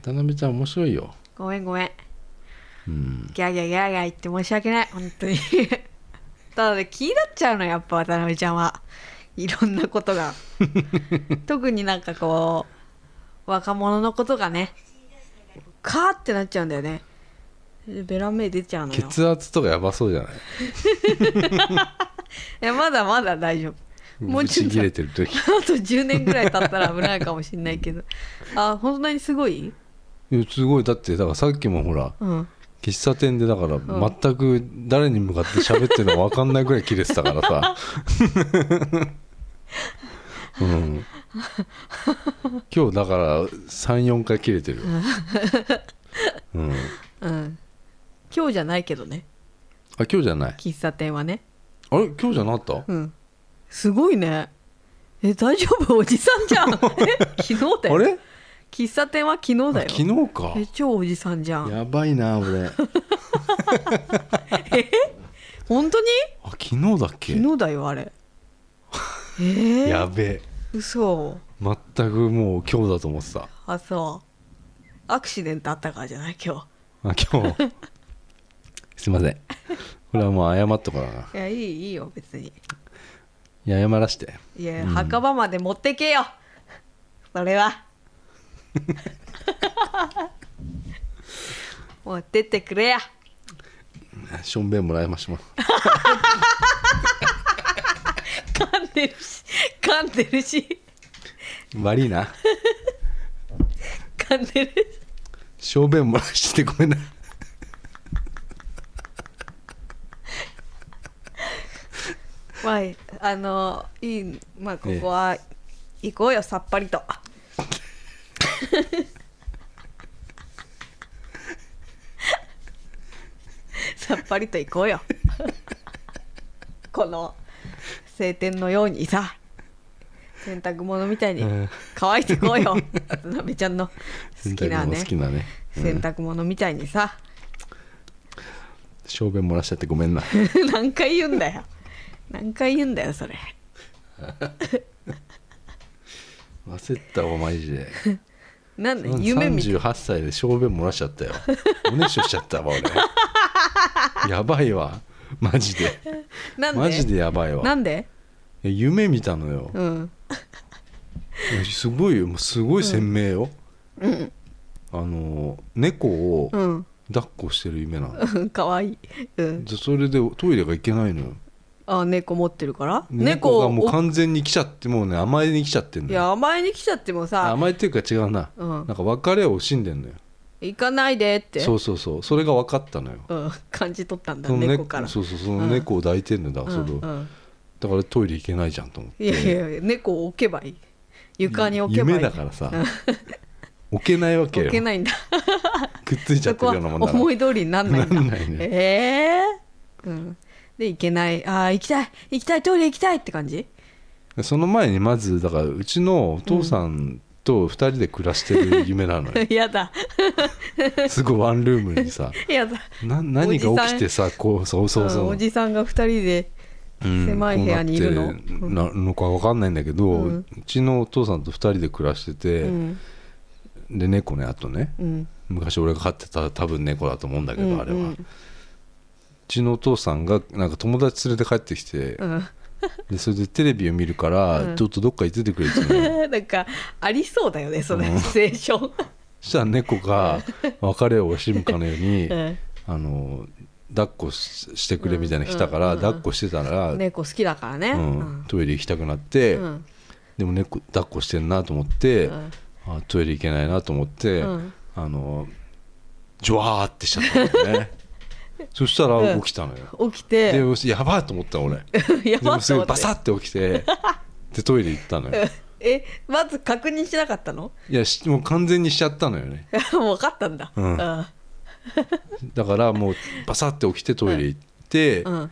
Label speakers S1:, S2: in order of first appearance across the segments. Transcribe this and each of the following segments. S1: 渡辺ちゃん面白いよ
S2: ごめんごめん
S1: うん
S2: ギャーギャーギャーギャー言って申し訳ない本当に ただね気になっちゃうのやっぱ渡辺ちゃんはいろんなこ とが特になんかこう若者のことがねカーってなっちゃうんだよねでベランメイ出ちゃうのよ
S1: 血圧とかやばそうじゃない
S2: いやまだまだ大丈夫もう
S1: ぶ
S2: ちょ
S1: ち
S2: っと
S1: 切れてる時
S2: あと10年ぐらい経ったら危ないかもしんないけどあ本当にすごい
S1: いやすごいだってだからさっきもほら
S2: うん
S1: 喫茶店でだから全く誰に向かって喋ってるのか分かんないぐらい切れてたからさ うん今日だから34回切れてるよ、うん、あ
S2: うん今日じゃないけどね
S1: 今日じゃない
S2: 喫茶店はね
S1: あれ今日じゃなかった
S2: うんすごいねえ大丈夫 おじさん じゃんえ昨日だよ
S1: あれ
S2: 喫茶店は昨日だよ
S1: あ昨日か
S2: え超おじさんじゃん
S1: やばいな俺あ
S2: 本当に
S1: 昨日だっけ
S2: 昨日だよあれえー、
S1: やべえ
S2: 嘘
S1: 全くもう今日だと思ってた
S2: あそうアクシデントあったからじゃない今
S1: あ今日 すいませんこれはもう謝っとかな
S2: 日いやいいいいよ別に
S1: いや謝らして
S2: いや、墓場まで持ってけよそ れは 持ってってくれや
S1: しょんべんもらいましょう
S2: 噛んでるし噛んでるし
S1: 悪いな
S2: 噛んでるし
S1: しょんべんもらしてごめんな
S2: まああのいいまあここは行こうよさっぱりとさっぱりと行こうよこの晴天のようにさ洗濯物みたいに
S1: うん
S2: 乾いてこ うよ渡辺ちゃんの好きなね
S1: 好きなね
S2: 洗濯物みたいにさ、
S1: しょんべんもらしちゃってごめんな
S2: 何回言うんだよ何回言うんだよそれ
S1: 忘れてたわマジで
S2: なんで夢みたい
S1: 38歳でしょんべんもらしちゃったよおねしょしちゃったわ俺やばいわマジで
S2: なんで
S1: マジでやばいわ
S2: なんで
S1: いや夢見たのよ、
S2: うん
S1: いやすごいよもうすごい鮮明よ、あの猫を
S2: うん
S1: 抱っこしてる夢なの、
S2: うん かわいい、うん、
S1: でそれでトイレが行けないのよ
S2: あ猫持ってるから
S1: 猫がもう
S2: を
S1: 完全に来ちゃってもうね甘えに来ちゃってん
S2: い
S1: のよ
S2: や甘えに来ちゃってもさ
S1: 甘えっていうか違うな、
S2: うん
S1: なんか別れを惜しんでんのよ
S2: 行かないでって
S1: そうそうそうそれが分かったのよ
S2: うん、感じ取ったんだ
S1: そのね
S2: 猫から
S1: そうそうその猫を抱いてんのだ、
S2: う
S1: それ
S2: ん
S1: を
S2: うん
S1: だからトイレ行けないじゃんと思って
S2: いやいや猫を置けばいい床に置けばいい
S1: 夢だからさ置けないわけよ
S2: 置けないんだ
S1: くっついちゃって
S2: そこ
S1: る
S2: は
S1: ようなもんだから
S2: 思い通りになんないんだ
S1: なんないね
S2: ええうん、で行けないあー行きたい行きたいトイレ行きたいって感じ
S1: その前にまずだからうちのお父さんと2人で暮らしてる夢なのよ、
S2: やだ
S1: すごいワンルームにさ
S2: やだ
S1: な何が起きてさこうそうそうそう
S2: うんおじさんが2人で
S1: うん
S2: 狭い部屋にいるの
S1: こうなってなのか分かんないんだけど、
S2: う
S1: うんちのお父さんと2人で暮らしてて、
S2: うん
S1: で猫ねあとね
S2: うん
S1: 昔俺が飼ってた多分猫だと思うんだけど、あれは
S2: うんうん
S1: うちのお父さんがなんか友達連れて帰ってきて、
S2: うん
S1: でそれでテレビを見るから、
S2: うん
S1: ちょっとどっか行っててくれって言うのよ
S2: なんかありそうだよねその
S1: うん
S2: シチュエー ション
S1: そしたら猫が別れを惜しむかのように、
S2: うん
S1: あの抱っこししてくれみたいなの来たから、
S2: うんうんうん
S1: 抱っこしてたら、
S2: 猫好きだからね
S1: う
S2: うんん
S1: トイレ行きたくなって、
S2: うん
S1: でも猫抱っこしてんなと思って、
S2: うん
S1: あトイレ行けないなと思って、
S2: うん
S1: あのジュワーってしちゃったの ねそしたら起きたのよ、
S2: 起き て
S1: でやばいと思った俺 で
S2: やば
S1: も
S2: っと
S1: すぐ
S2: 思っ
S1: バ
S2: て
S1: サって起き てでトイレ行ったのよ
S2: えまず確認しなかったの
S1: いやしもう完全にしちゃったのよね
S2: もう分かったんだ
S1: うん
S2: う
S1: だからもうバサって起きてトイレ行って、
S2: んうん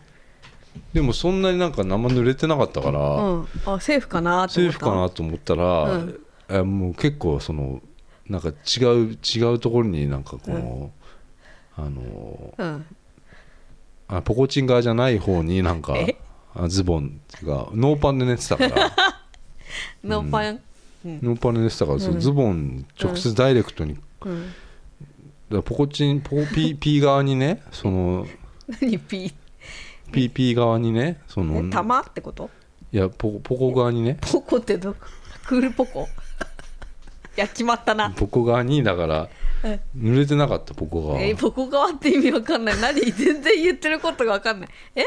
S1: でもそんなになんか生濡れてなかったから、
S2: うんあセーフかなって
S1: セ
S2: 思
S1: ー
S2: っ
S1: フ
S2: た
S1: かなと思ったら、
S2: うん
S1: えもう結構そのなんか違う違うところになんかこの、あの
S2: うん
S1: あポコチン側じゃない方になんか
S2: え
S1: あズボンがノーパンで寝てたから
S2: ノーパン
S1: ノーパンで寝てたから、そのズボン直接ダイレクトに
S2: うん、
S1: らポコチンポコピーピー側にねその
S2: 何ピ
S1: ピーピー側にねその
S2: ー玉ってこと
S1: いやポコポコ側にね
S2: ポコってどこクールポコ やっちまったな
S1: ポコ側にだから
S2: うん
S1: 濡れてなかったポコ側
S2: えポコ側って意味わかんない何 全然言ってることがわかんないえ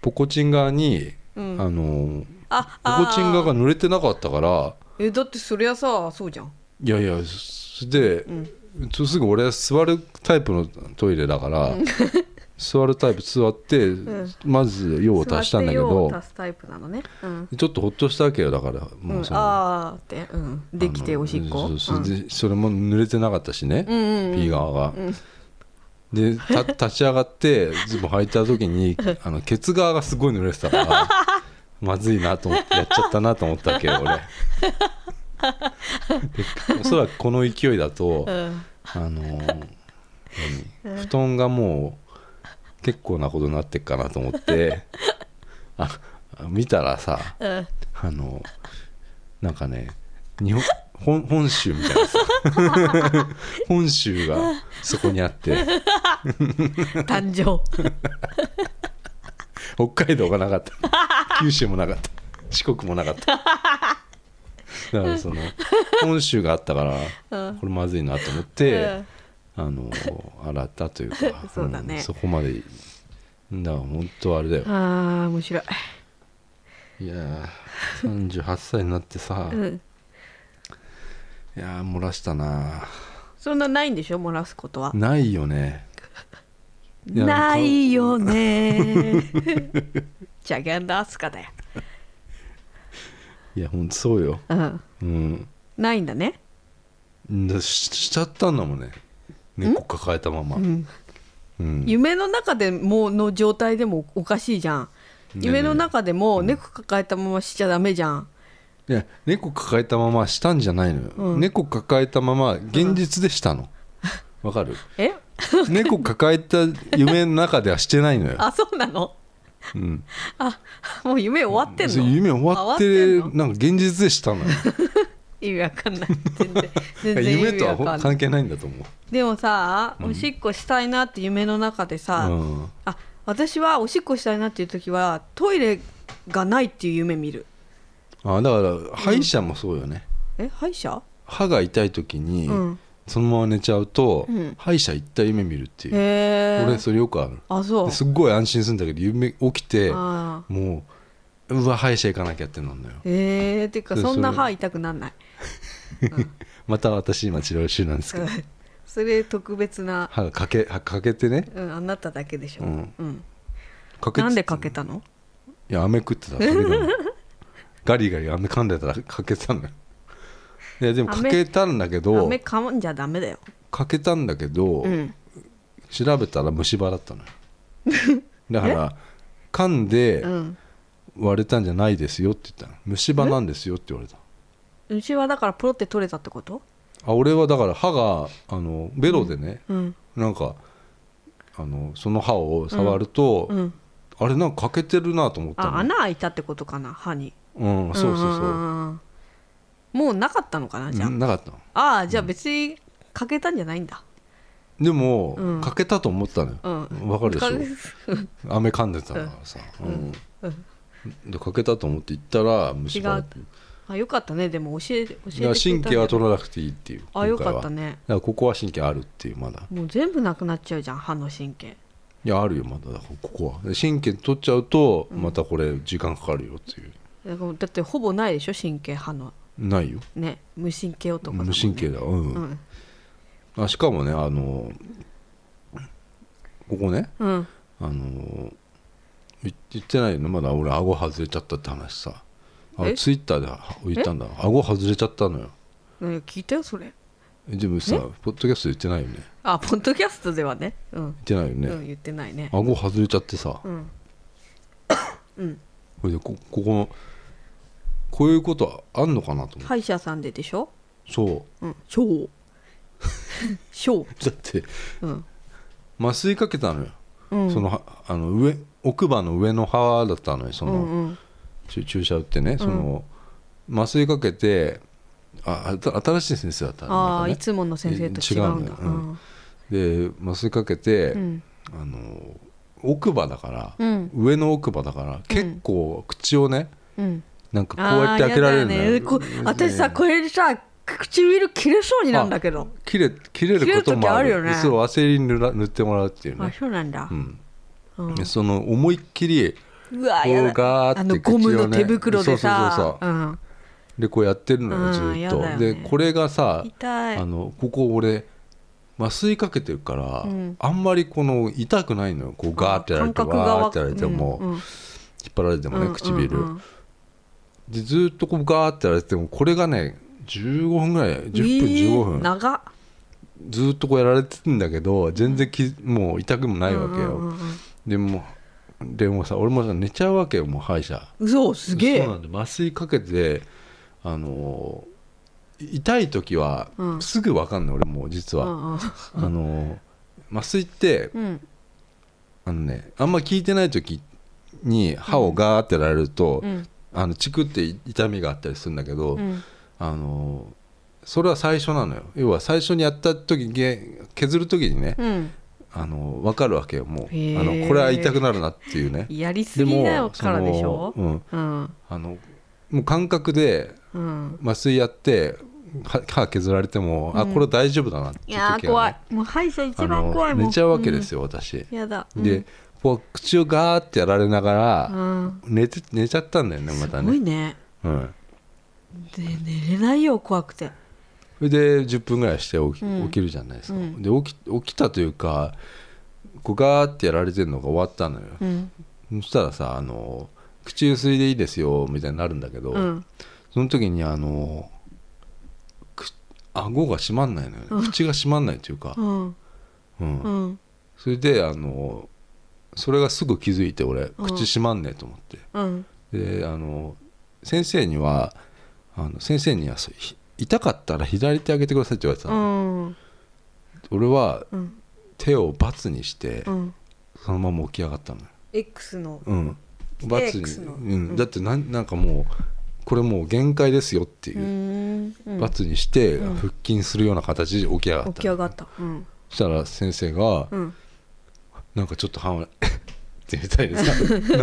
S1: ポコチン側に
S2: う
S1: あ
S2: ん
S1: の
S2: あ
S1: ポコチン側が
S2: あー
S1: 濡れてなかったから
S2: えだってそりゃさそうじゃん
S1: いやいやすで
S2: うん
S1: つすぐ俺は座るタイプのトイレだから 座るタイプ座って、
S2: ん
S1: まず用を足したんだけど
S2: 座って用を足すタイプなのねうん、
S1: ちょっとほっとしたわけよだから
S2: う
S1: も
S2: ん
S1: う、そのあ
S2: あーって、うん、
S1: の
S2: できておしっこ
S1: そうそう
S2: うん
S1: でそれも濡れてなかったしね、
S2: うんうんうん
S1: P 側が、
S2: うん
S1: で た立ち上がってズボン履いた時にあのケツ側がすごい濡れてたから まずいなと思ってやっちゃったなと思ったわけよ 俺でおそらくこの勢いだと、
S2: うん
S1: あのー何布団がもう結構なことになってっかなと思っ てあ見たらさ
S2: うん
S1: あのなんかね日本本本州みたいなさ 本州がそこにあって
S2: 誕生
S1: 北海道がなかった九州もなかった四国もなかっただからその本州があったから
S2: うん
S1: これまずいなと思っ
S2: う
S1: て
S2: ん、
S1: あの洗ったというか
S2: そうだね
S1: んそこまでだから本当あれだよ
S2: あー面白い、
S1: いやー38歳になってさ、
S2: う
S1: い
S2: ん、
S1: やー漏らしたな
S2: そんなないんでしょ漏らすことは
S1: ないよねいや
S2: ないよね ジャギャンダアスカだよ、
S1: いやほんとそうよ
S2: うん、
S1: うん
S2: ないんだね、
S1: だししちゃったんだもんね猫抱えたまま、
S2: うん、
S1: うん
S2: 夢の中でもうの状態でもおかしいじゃん
S1: ね
S2: 夢の中でも猫抱えたまましちゃダメじゃん、
S1: いや猫抱えたまましたんじゃないのよ、
S2: うん
S1: 猫抱えたまま現実でしたのわ、か る
S2: え
S1: 猫抱えた夢の中ではしてないのよ、
S2: あそうなの
S1: うん、
S2: あもう夢終わってん
S1: そう
S2: の
S1: 夢終わって
S2: 終わんの
S1: なんか現実でしたのよ
S2: 意味わかんない全然全然意
S1: 夢
S2: 味
S1: と
S2: わ
S1: は
S2: かんない
S1: 関係ないんだと思う
S2: でもさおしっこしたいなって夢の中でさ、
S1: うん、
S2: あ私はおしっこしたいなっていう時はトイレがないっていう夢見る
S1: あだから歯医者もそうよね、
S2: え歯医者
S1: 歯が痛い時に、
S2: うん
S1: そのまま寝ちゃうと、
S2: うん
S1: 歯医者行った夢見るっていう、
S2: へ
S1: 俺
S2: え
S1: それよくある
S2: あそう
S1: ですっごい安心するんだけど夢起きて
S2: あ
S1: もううわ歯医者行かなきゃってなんだよ
S2: ーえー、ていうか
S1: そう
S2: そんな
S1: それ
S2: 歯痛くなんない
S1: また私今治療中なんですけど
S2: それ特別な、
S1: 歯が欠け歯欠けてね
S2: うん、あなただけでしょ、
S1: う
S2: うんん
S1: 欠け
S2: なんでかけたの
S1: いや飴食ってただけど ガリガリ飴噛んでたら欠けてたんだよいやでも欠
S2: 飴
S1: けたんだけど
S2: 飴噛んじゃダメだよ、
S1: 欠けたんだけど、
S2: うん、
S1: 調べたら虫歯だった のよだから噛んで
S2: うん
S1: 割れたんじゃないですよって言ったの虫歯なんですよって言われた
S2: うちはだからポロって取れたってこと
S1: あ俺はだから歯があのベロでね、
S2: うん
S1: なんかあのその歯を触ると、
S2: うん
S1: あれなんか欠けてるなと思ったの
S2: あ穴開いたってことかな歯に
S1: うんそうそうそ
S2: ん
S1: うん
S2: んんもうなかったのかなじゃあ、
S1: うんなかったの
S2: ああじゃあ別に欠けたんじゃないんだ
S1: でも、
S2: うん
S1: 欠けたと思ったのよ、
S2: うん
S1: わかるでしょ
S2: か
S1: 飴噛んでたからさ、うんで欠けたと思って行ったら虫歯だった
S2: あよかったねでも教え教えてくれた
S1: だ
S2: ん
S1: から
S2: じゃ
S1: 神
S2: ない
S1: 経は取らなくていいっていう
S2: あよかった
S1: だか
S2: ね
S1: らここは神経あるっていうまだ
S2: もう全部なくなっちゃうじゃん歯の神経
S1: いやあるよまだだからここはで神経取っちゃうとまたこれ時間かかるよっていう、
S2: だからだってほぼないでしょ神経歯の
S1: ないよ
S2: ね無神経男だもん
S1: 無
S2: ね
S1: 神経だうん、
S2: うん
S1: あしかもねあのここね
S2: うん
S1: あの言言ってないよねまだ俺顎外れちゃったって話さあ
S2: え
S1: ツイッターでは言ったんだ顎外れちゃったのよ
S2: ね聞いたよそれ
S1: えでもさポッドキャストで言ってないよね
S2: あポッドキャストではねうん
S1: 言ってないよね、
S2: うん言ってないね
S1: 顎外れちゃってさ、
S2: うん
S1: これでこここのこういうことあんのかなと思って、
S2: 歯医者さんででしょ
S1: そ
S2: うん超超
S1: うだって
S2: うん
S1: 麻酔かけたのよ、
S2: うん
S1: そのはあの上奥歯の上の歯だったのよその、
S2: うんうん
S1: 注注射打ってねその、麻酔かけてああた新しい先生だったの
S2: ああ
S1: なん
S2: い
S1: か
S2: つもの先生と違うんだ
S1: 違うんね、で麻酔かけて、
S2: うん
S1: あの奥歯だから、
S2: うん
S1: 上の奥歯だから結構口をね
S2: うん
S1: なんかこうやって開けられるの
S2: あーやだよねこ私さこれでさ唇切れそうになるんだけど
S1: 切れ切れることもある
S2: 切れる時あるよね
S1: そうワセリン塗ら塗ってもらうっていう
S2: あ
S1: ね、
S2: そうなんだ
S1: うん
S2: うん
S1: でその思いっきり
S2: うわ
S1: こ
S2: や
S1: う
S2: だ
S1: ガー
S2: あ
S1: って
S2: の
S1: 口を
S2: ゴ
S1: ね
S2: ムの手袋で
S1: そうそうそう
S2: さ
S1: そう
S2: うん
S1: でこうやってるの
S2: う
S1: よ
S2: ん
S1: ずーっと、
S2: やだよね
S1: でこれがさ
S2: 痛い
S1: あのここ俺麻酔かけてるから、
S2: うん
S1: あんまりこの痛くないのよこうガーってやられて
S2: 感覚が
S1: ガー
S2: わ
S1: ってやられても、
S2: うんうん
S1: 引っ張られてもね、唇、
S2: うんうんうん
S1: でずーっとこうガーってやられてもこれがね15分ぐらい10分15分、
S2: えー長っ
S1: ずーっとこうやられてるんだけど全然きもう痛くもないわけよ、
S2: うんうんうんうん
S1: でもでもさ俺もさ寝ちゃうわけよもう歯医者
S2: 嘘すげ
S1: そう
S2: え
S1: なんで麻酔かけてあのー痛い時は
S2: うん
S1: すぐ分かんない、俺もう実は、あのー麻酔って
S2: うんうん
S1: あのねあんま効いてない時に歯をガーってやられると、
S2: うん
S1: あのチクって痛みがあったりするんだけど、
S2: うん
S1: あのーそれは最初なのよ要は最初にやった時げ削る時にね、
S2: うん
S1: あの分かるわけよもうあ
S2: へー
S1: のこれは痛くなるなっていうね
S2: やりすぎだからでしょ
S1: そのうん、
S2: うん
S1: あのもう感覚で
S2: うん
S1: 麻酔やって歯歯削られても、あ
S2: うん
S1: これ大丈夫だなって
S2: い
S1: 時
S2: や
S1: は
S2: ー
S1: ね
S2: 怖いもう歯医者一
S1: あ
S2: 番
S1: の
S2: 怖いもん
S1: 寝ちゃうわけですよ、私
S2: うんやだ
S1: でこう口をガーってやられなが
S2: う
S1: ら、
S2: んうん
S1: 寝て寝ちゃったんだよねますた
S2: ごい
S1: ね
S2: ね
S1: うん
S2: で寝れないよ怖くて
S1: それで10分ぐらいして起き,、
S2: うん
S1: 起きるじゃないですか、
S2: うん
S1: で起き起きたというかこうガーってやられてるのが終わったのよ、
S2: うん
S1: そしたらさあの口ゆすいでいいですよみたいになるんだけど、
S2: うん
S1: その時にあのく顎が閉まんないのよね、口が閉まんないというか
S2: う、ん
S1: うん
S2: うん
S1: それであのそれがすぐ気づいて俺
S2: うん
S1: 口閉まんねえと思って、
S2: うん
S1: であの先生にはあの先生にはそうひ痛かったら左手上げてくださいって言われてた
S2: う
S1: の、
S2: ん
S1: 俺は
S2: うん
S1: 手をバツにして、
S2: うん
S1: そのまま起き上がったのよ
S2: X の
S1: うん、バツに
S2: X の
S1: うん、だってなんなんかもうこれもう限界ですよっていうう、
S2: んうん
S1: バツにして
S2: うん
S1: 腹筋するような形で起き上がったの
S2: 起き上がったうん
S1: そしたら先生が
S2: うん
S1: 「なんかちょっと歯を ってみたいでさ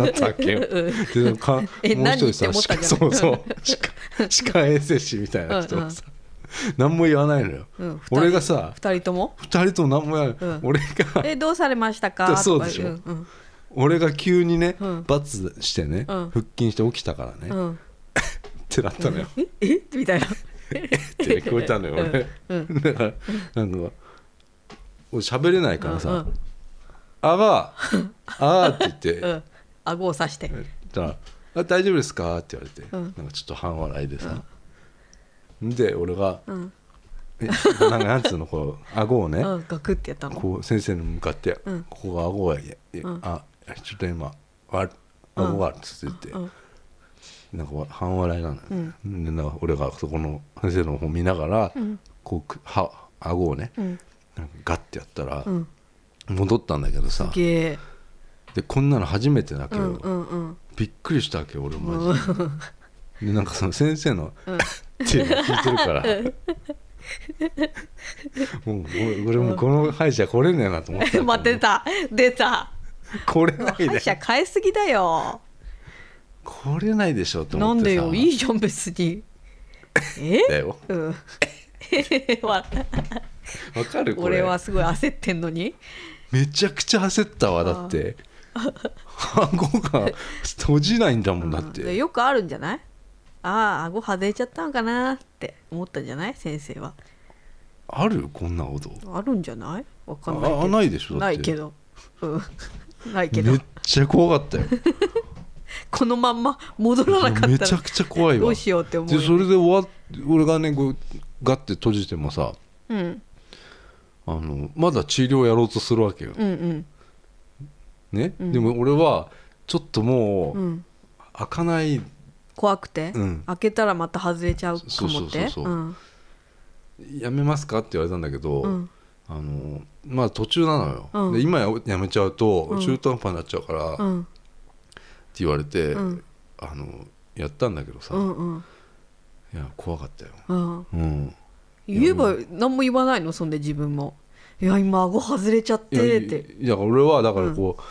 S1: なったわけよ。でなんかもう
S2: え
S1: 一人さ
S2: 何って思ったんじ ゃ
S1: そ
S2: な
S1: う
S2: い
S1: そう歯科歯科衛生士みたいな人がさ、何も言わないのよ。
S2: うん二人
S1: 俺がさ
S2: 二人 とも
S1: 二人とも何も言わない、
S2: うん
S1: 俺が
S2: えどうされましたか
S1: そうでしょ
S2: とか
S1: 俺が急にね、
S2: うん
S1: バツしてね、
S2: うん
S1: 腹筋して起きたからね、
S2: 言
S1: っ
S2: ううん
S1: てな ったのよ。
S2: うんええみたいな
S1: って聞こえたのよ俺、
S2: うん
S1: だからなんか俺喋れないからさ「
S2: うん
S1: あが あが」って言って、
S2: うん顎を刺して
S1: 言ったらあ「大丈夫ですか?」って言われて、
S2: うん
S1: なんかちょっと半笑いでさ、で俺が
S2: うん
S1: えなんかなんつうのこう顎をね、
S2: うんガクってやったの
S1: こう先生に向かって、
S2: うん
S1: ここが顎がいや
S2: うん
S1: あちょっと今わ顎がつって言って、
S2: うん
S1: なんかわ半笑いなのよ、
S2: うん
S1: でなんか俺がそこの先生の方見ながら、
S2: うん
S1: こうく歯顎をね、
S2: うん
S1: なんかガッてやったら、
S2: うん
S1: 戻ったんだけどさ
S2: ゲー
S1: でこんなの初めてだけ
S2: う
S1: ど、
S2: んうんうん
S1: びっくりしたわけよ俺
S2: う
S1: マジ
S2: ん
S1: ででなんかその先生の「
S2: うん
S1: っていうの聞いてるからもう俺俺もこの歯医者来れねえなと思った
S2: 待ってた出た
S1: 来れない
S2: 歯医
S1: で
S2: 者変えすぎだよ
S1: 来れないでしょと
S2: な
S1: 思
S2: ん
S1: っ
S2: で
S1: てさ
S2: よいいじゃん別 にえ
S1: だよ
S2: うん わ
S1: わかるこれ
S2: 俺はすごい焦ってんのに
S1: めちゃくちゃ焦ったわだって 顎が閉じないんだもんだっ
S2: うんで
S1: て
S2: よくあるんじゃないああ顎外れちゃったのかなって思ったんじゃない先生は
S1: あるこんなこと
S2: あるんじゃないわかんないけど
S1: あないでしょだ
S2: な
S1: って
S2: いけど、うん、 ないけ
S1: め
S2: ど
S1: っちゃ怖かったよ
S2: このまんま戻らなかっ
S1: め
S2: た
S1: ちゃ
S2: ら
S1: くちゃ怖いわ
S2: どうしようって思う
S1: で
S2: よ
S1: それで終わっ俺がねこうガッて閉じてもさ
S2: うん
S1: あのまだ治療やろうとするわけよ、
S2: うんうん
S1: ね、
S2: うん
S1: でも俺はちょっともう、
S2: うん
S1: 開かない
S2: 怖くて、
S1: うん
S2: 開けたらまた外れちゃうかもって
S1: そうそうそうそう
S2: うん
S1: やめますかって言われたんだけど、
S2: うん
S1: あのまあ途中なのよ、
S2: うん
S1: で今やめちゃうと
S2: うん
S1: 中途半端になっちゃうから、っ
S2: う
S1: て
S2: ん
S1: 言われて、
S2: うん
S1: あのやったんだけどさ、
S2: うんうん
S1: いや怖かったよ
S2: うん、
S1: うん
S2: 言えば何も言わないのそんで自分もいや今顎外れちゃっ
S1: いや
S2: てって
S1: いや俺はだからこう、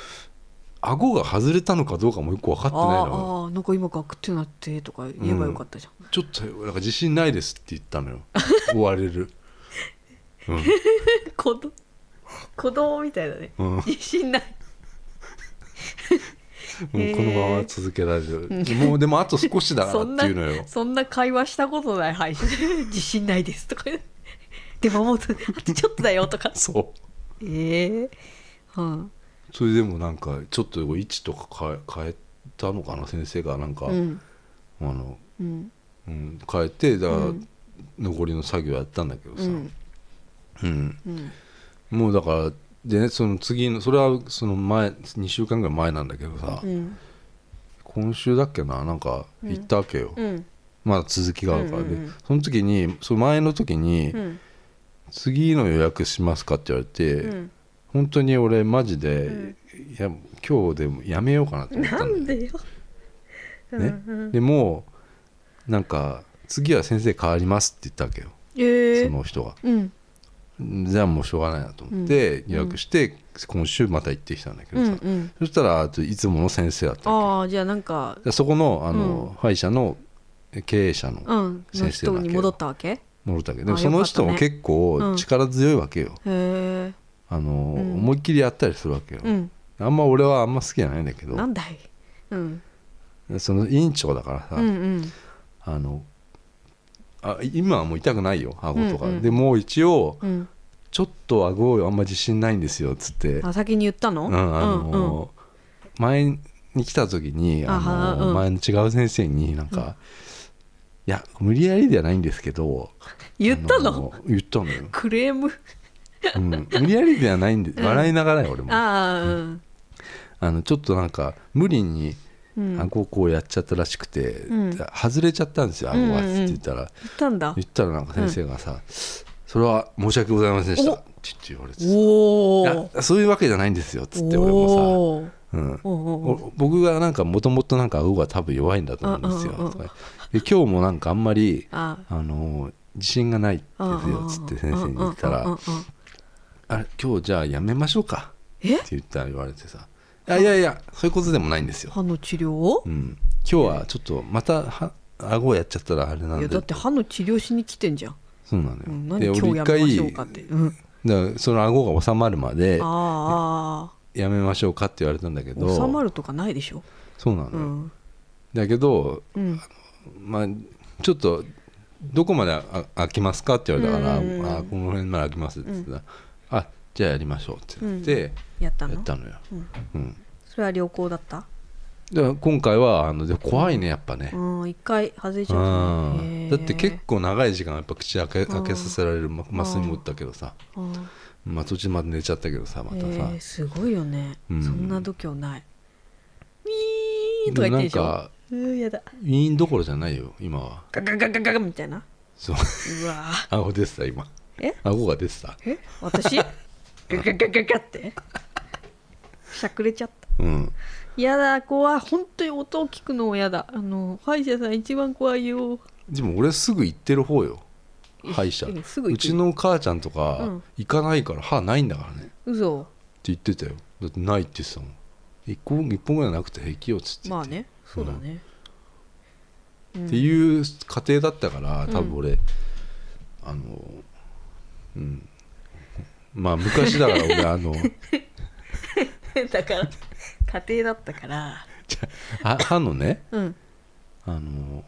S1: 顎が外れたのかどうかもよく分かってない
S2: あ
S1: の
S2: ーあーなんか今ガクってなってとか言えばよかったじゃん、
S1: ちょっとなんか自信ないですって言ったの よ追われるうん
S2: 子供子供みたいだね
S1: うん
S2: 自信ない
S1: うんこのまま続けられる、もうでもあと少しだな
S2: そん
S1: って
S2: な
S1: いうのよ
S2: そんな会話したことない配信 自信ないですとか言う でももうあとちょっとだよとか
S1: そ
S2: ええうん
S1: うそれでもなんかちょっと位置とか変え変えたのかな先生がなんか、
S2: うん
S1: あの、
S2: うん
S1: うん、変えてだから、
S2: うん
S1: 残りの作業やったんだけどさ、
S2: うん
S1: うん
S2: うん
S1: もうだからでねその次のそれはその前2週間ぐらい前なんだけどさ、
S2: うん
S1: 今週だっけななんか
S2: うん
S1: 行ったわけよ、
S2: うん
S1: まだ続きがあるから、
S2: うんうんうん
S1: でその時にその前の時に、
S2: うん
S1: 次の予約しますか?」って言われて、
S2: うん
S1: 本当に俺マジで、
S2: うん
S1: いや今日でもやめようかなと思っ
S2: な
S1: た
S2: ん
S1: んだよ
S2: でようん
S1: ね
S2: うん
S1: でもうなんか「次は先生変わります」って言ったわけよ
S2: え
S1: そ
S2: え
S1: の人が
S2: うん
S1: じゃあもうしょうがないなと思って予約して、今週また行ってきたんだけ
S2: う
S1: どさ、
S2: んうん
S1: そしたらあといつもの先生だったわけ
S2: ああじゃあなんか
S1: でそこのあの、
S2: うん
S1: 歯医者の経営者の
S2: うんの
S1: 先生
S2: 人
S1: なわけよ
S2: に戻ったわけへ
S1: もろたけどでも
S2: あ
S1: その人
S2: よ
S1: も
S2: かったね
S1: 結構力強いわけよ、
S2: え
S1: あの
S2: ん
S1: 思いっきりやったりするわけよ、
S2: うん
S1: あんま俺はあんま好きじゃないんだけど
S2: なんだいうん
S1: その委員長だからさ、
S2: うんうん
S1: あのあ今はもう痛くないよ顎とか、
S2: うんうん
S1: でもう一応
S2: うん
S1: ちょっと顎あんま自信ないんですよっつって、
S2: あ先に言ったの
S1: うんあの
S2: うんうん
S1: 前に来た時にあ
S2: あ
S1: の
S2: はうん
S1: 前の違う先生になんか、いや無理やりではないんですけど
S2: 言った
S1: あ
S2: の
S1: 言ったのよ、
S2: クレーム
S1: うん、無理やりではないんで
S2: ん
S1: 笑いながらよ俺も、
S2: ああうん
S1: あのちょっとなんか無理に
S2: うん
S1: 顎をこうやっちゃったらしくて、
S2: うん
S1: 外れちゃったんですよ顎がっつって言ったら、
S2: 言ったんだ
S1: 言ったらなんか先生がさ、それは申し訳ございませんでした」
S2: お
S1: って言われて
S2: おー
S1: いやそういうわけじゃないんですよ」っつって俺も
S2: おー
S1: さ、うん、
S2: おーおー
S1: お僕がなんかもともとなんか顎が多分弱いんだと思うんですよ
S2: うんうんうん
S1: とかで今日もなんかあんまり、
S2: あ
S1: あのー自信がないです
S2: うんうんうん
S1: よっつって先生に言った
S2: うんうん
S1: ら
S2: うんうん
S1: 「あれ今日じゃあやめましょうか」
S2: え
S1: って言ったら言われてさ「いやいやいやそういうことでもないんですよ」
S2: 歯の治療を
S1: うん、今日はちょっとまたは顎やっちゃったらあれなん
S2: い
S1: で
S2: やだって歯の治療しに来てんじゃん
S1: そうなのよ、
S2: うん何
S1: で
S2: 今
S1: 俺
S2: 日やめましょう
S1: 一
S2: かっ
S1: 回
S2: てうん
S1: だからその顎が収まるまで
S2: あ
S1: やめましょうかって言われたんだけ
S2: ーあ
S1: ど
S2: ー収まるとかないでしょ
S1: そうなのよ、
S2: うん
S1: だけど、
S2: うん
S1: まあ、ちょっとどこまでああ開きますかって言われたから「
S2: うんうんうん
S1: あこの辺まで開きます」って言ってたらあじゃあやりましょう」って言って
S2: やった
S1: や
S2: の
S1: ったのよ、
S2: うん
S1: うん
S2: それは良好だった
S1: だから今回はあので怖いねやっぱね、
S2: うん一回外れちゃ
S1: あ
S2: っ
S1: ー
S2: たねへー
S1: だって結構長い時間やっぱ口開け開けさせられるま
S2: ん
S1: 麻酔も打ったけどさ、
S2: うん
S1: まあ、途中まで寝ちゃったけどさまたさ、
S2: えーすごいよね、
S1: うん
S2: そんな度胸ないウィーンとか言ってるでし
S1: でもなん
S2: ょ
S1: か
S2: うーやだ
S1: ウィーンどころじゃないよ今は
S2: ガガガガガガみたいな
S1: そう
S2: うわー
S1: 顎出てた今
S2: え
S1: 顎が出てた
S2: え私ガガガガガってしゃくれちゃった
S1: うん
S2: やだ怖い本当に音を聞くのもやだあの歯医者さん一番怖いよ
S1: でも俺すぐ行ってる方よ歯医者
S2: うんすぐ
S1: う
S2: 行く
S1: ちの母ちゃんと
S2: う
S1: か
S2: ん
S1: 行かないから歯ないんだからねって
S2: 嘘
S1: 言ってたよだってないって言ってたもん一個一本ぐらいなくて平気よっつって言
S2: ま
S1: っ
S2: あ
S1: て、
S2: ねそうだね、うん
S1: っていう過程だったから多分俺、あのうんまあ昔だから俺あ の
S2: だから家庭だったから
S1: あ歯のね
S2: うん
S1: あの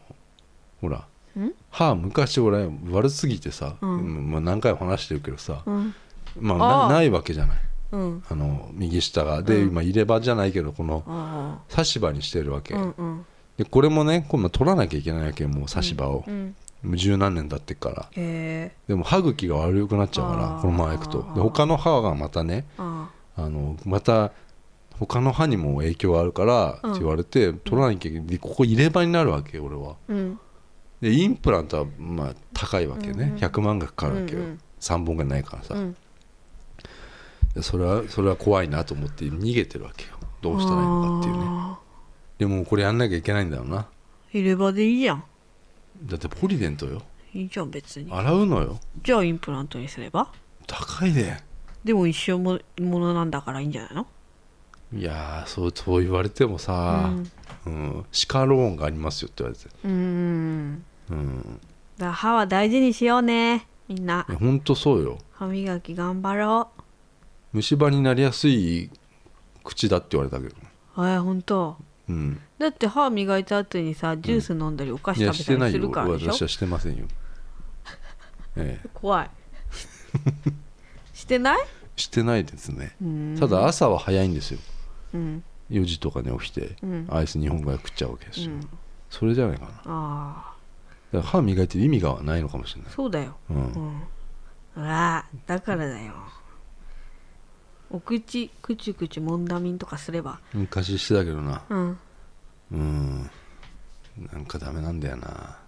S1: ほら
S2: うん
S1: 歯昔俺悪すぎてさ、
S2: うん
S1: まあ、何回も話してるけどさ、
S2: うん
S1: まあ
S2: あ
S1: な
S2: あ
S1: ないわけじゃない
S2: うん
S1: あの右下がで、
S2: うん
S1: 今入れ歯じゃないけどこの
S2: あ
S1: 差し歯にしてるわけ、
S2: あうんうん
S1: でこれもね今度取らなきゃいけないわけよもう差し歯を
S2: う、ん
S1: もう十何年経ってっから
S2: へえ
S1: でも歯茎が悪くなっちゃうから
S2: あー
S1: このままいくとで他の歯がまたね
S2: あ
S1: あのまた他の歯にも影響があるからって言われて、取らなきゃいけないでここ入れ歯になるわけよ俺は
S2: あうん
S1: でインプラントはまあ高いわけね、
S2: うん
S1: 100万がかかるわけよ、
S2: うんうん
S1: 3本がないからさ、
S2: うん
S1: でそれはそれは怖いなと思って逃げてるわけよどうしたらいいのかっていうね
S2: あ
S1: でもこれやんなきゃいけないんだろうな
S2: ー入れ歯でいいじゃん
S1: だってポリデントよ
S2: いいじゃん別に
S1: 洗うのよ
S2: じゃあインプラントにすれば
S1: 高いね
S2: でも一生もものなんだからいいんじゃないの
S1: いやーそうそう言われてもさ、うん歯科ローンがありますよって言われて
S2: うーん
S1: うん
S2: だから歯は大事にしようねみんない
S1: やほんとそうよ
S2: 歯磨き頑張ろ
S1: 虫歯になりやすい口だって言われたけど
S2: うえほんと
S1: うん
S2: だって歯磨いた後にさジュース飲んだりお菓
S1: い
S2: 子
S1: や
S2: 食
S1: し
S2: べ
S1: て
S2: た
S1: な
S2: り
S1: い
S2: す
S1: よ
S2: るからでしょ、
S1: 私はしてませんよええ
S2: 怖いしてない
S1: してないですね
S2: うん
S1: ただ朝は早いんですよ
S2: うん
S1: 4時とかに起きて
S2: うん
S1: アイス日本が食っちゃうわけですよ、
S2: うん
S1: それじゃないかなだか
S2: あ
S1: ら歯磨いてる意味がないのかもしれ
S2: あ
S1: ない、
S2: そうだよ
S1: う、
S2: うんんうわーだからだよお口くちゅくちゅもんだみんとかすれば
S1: 昔してたけどな
S2: うん
S1: うんなんかダメなんだよな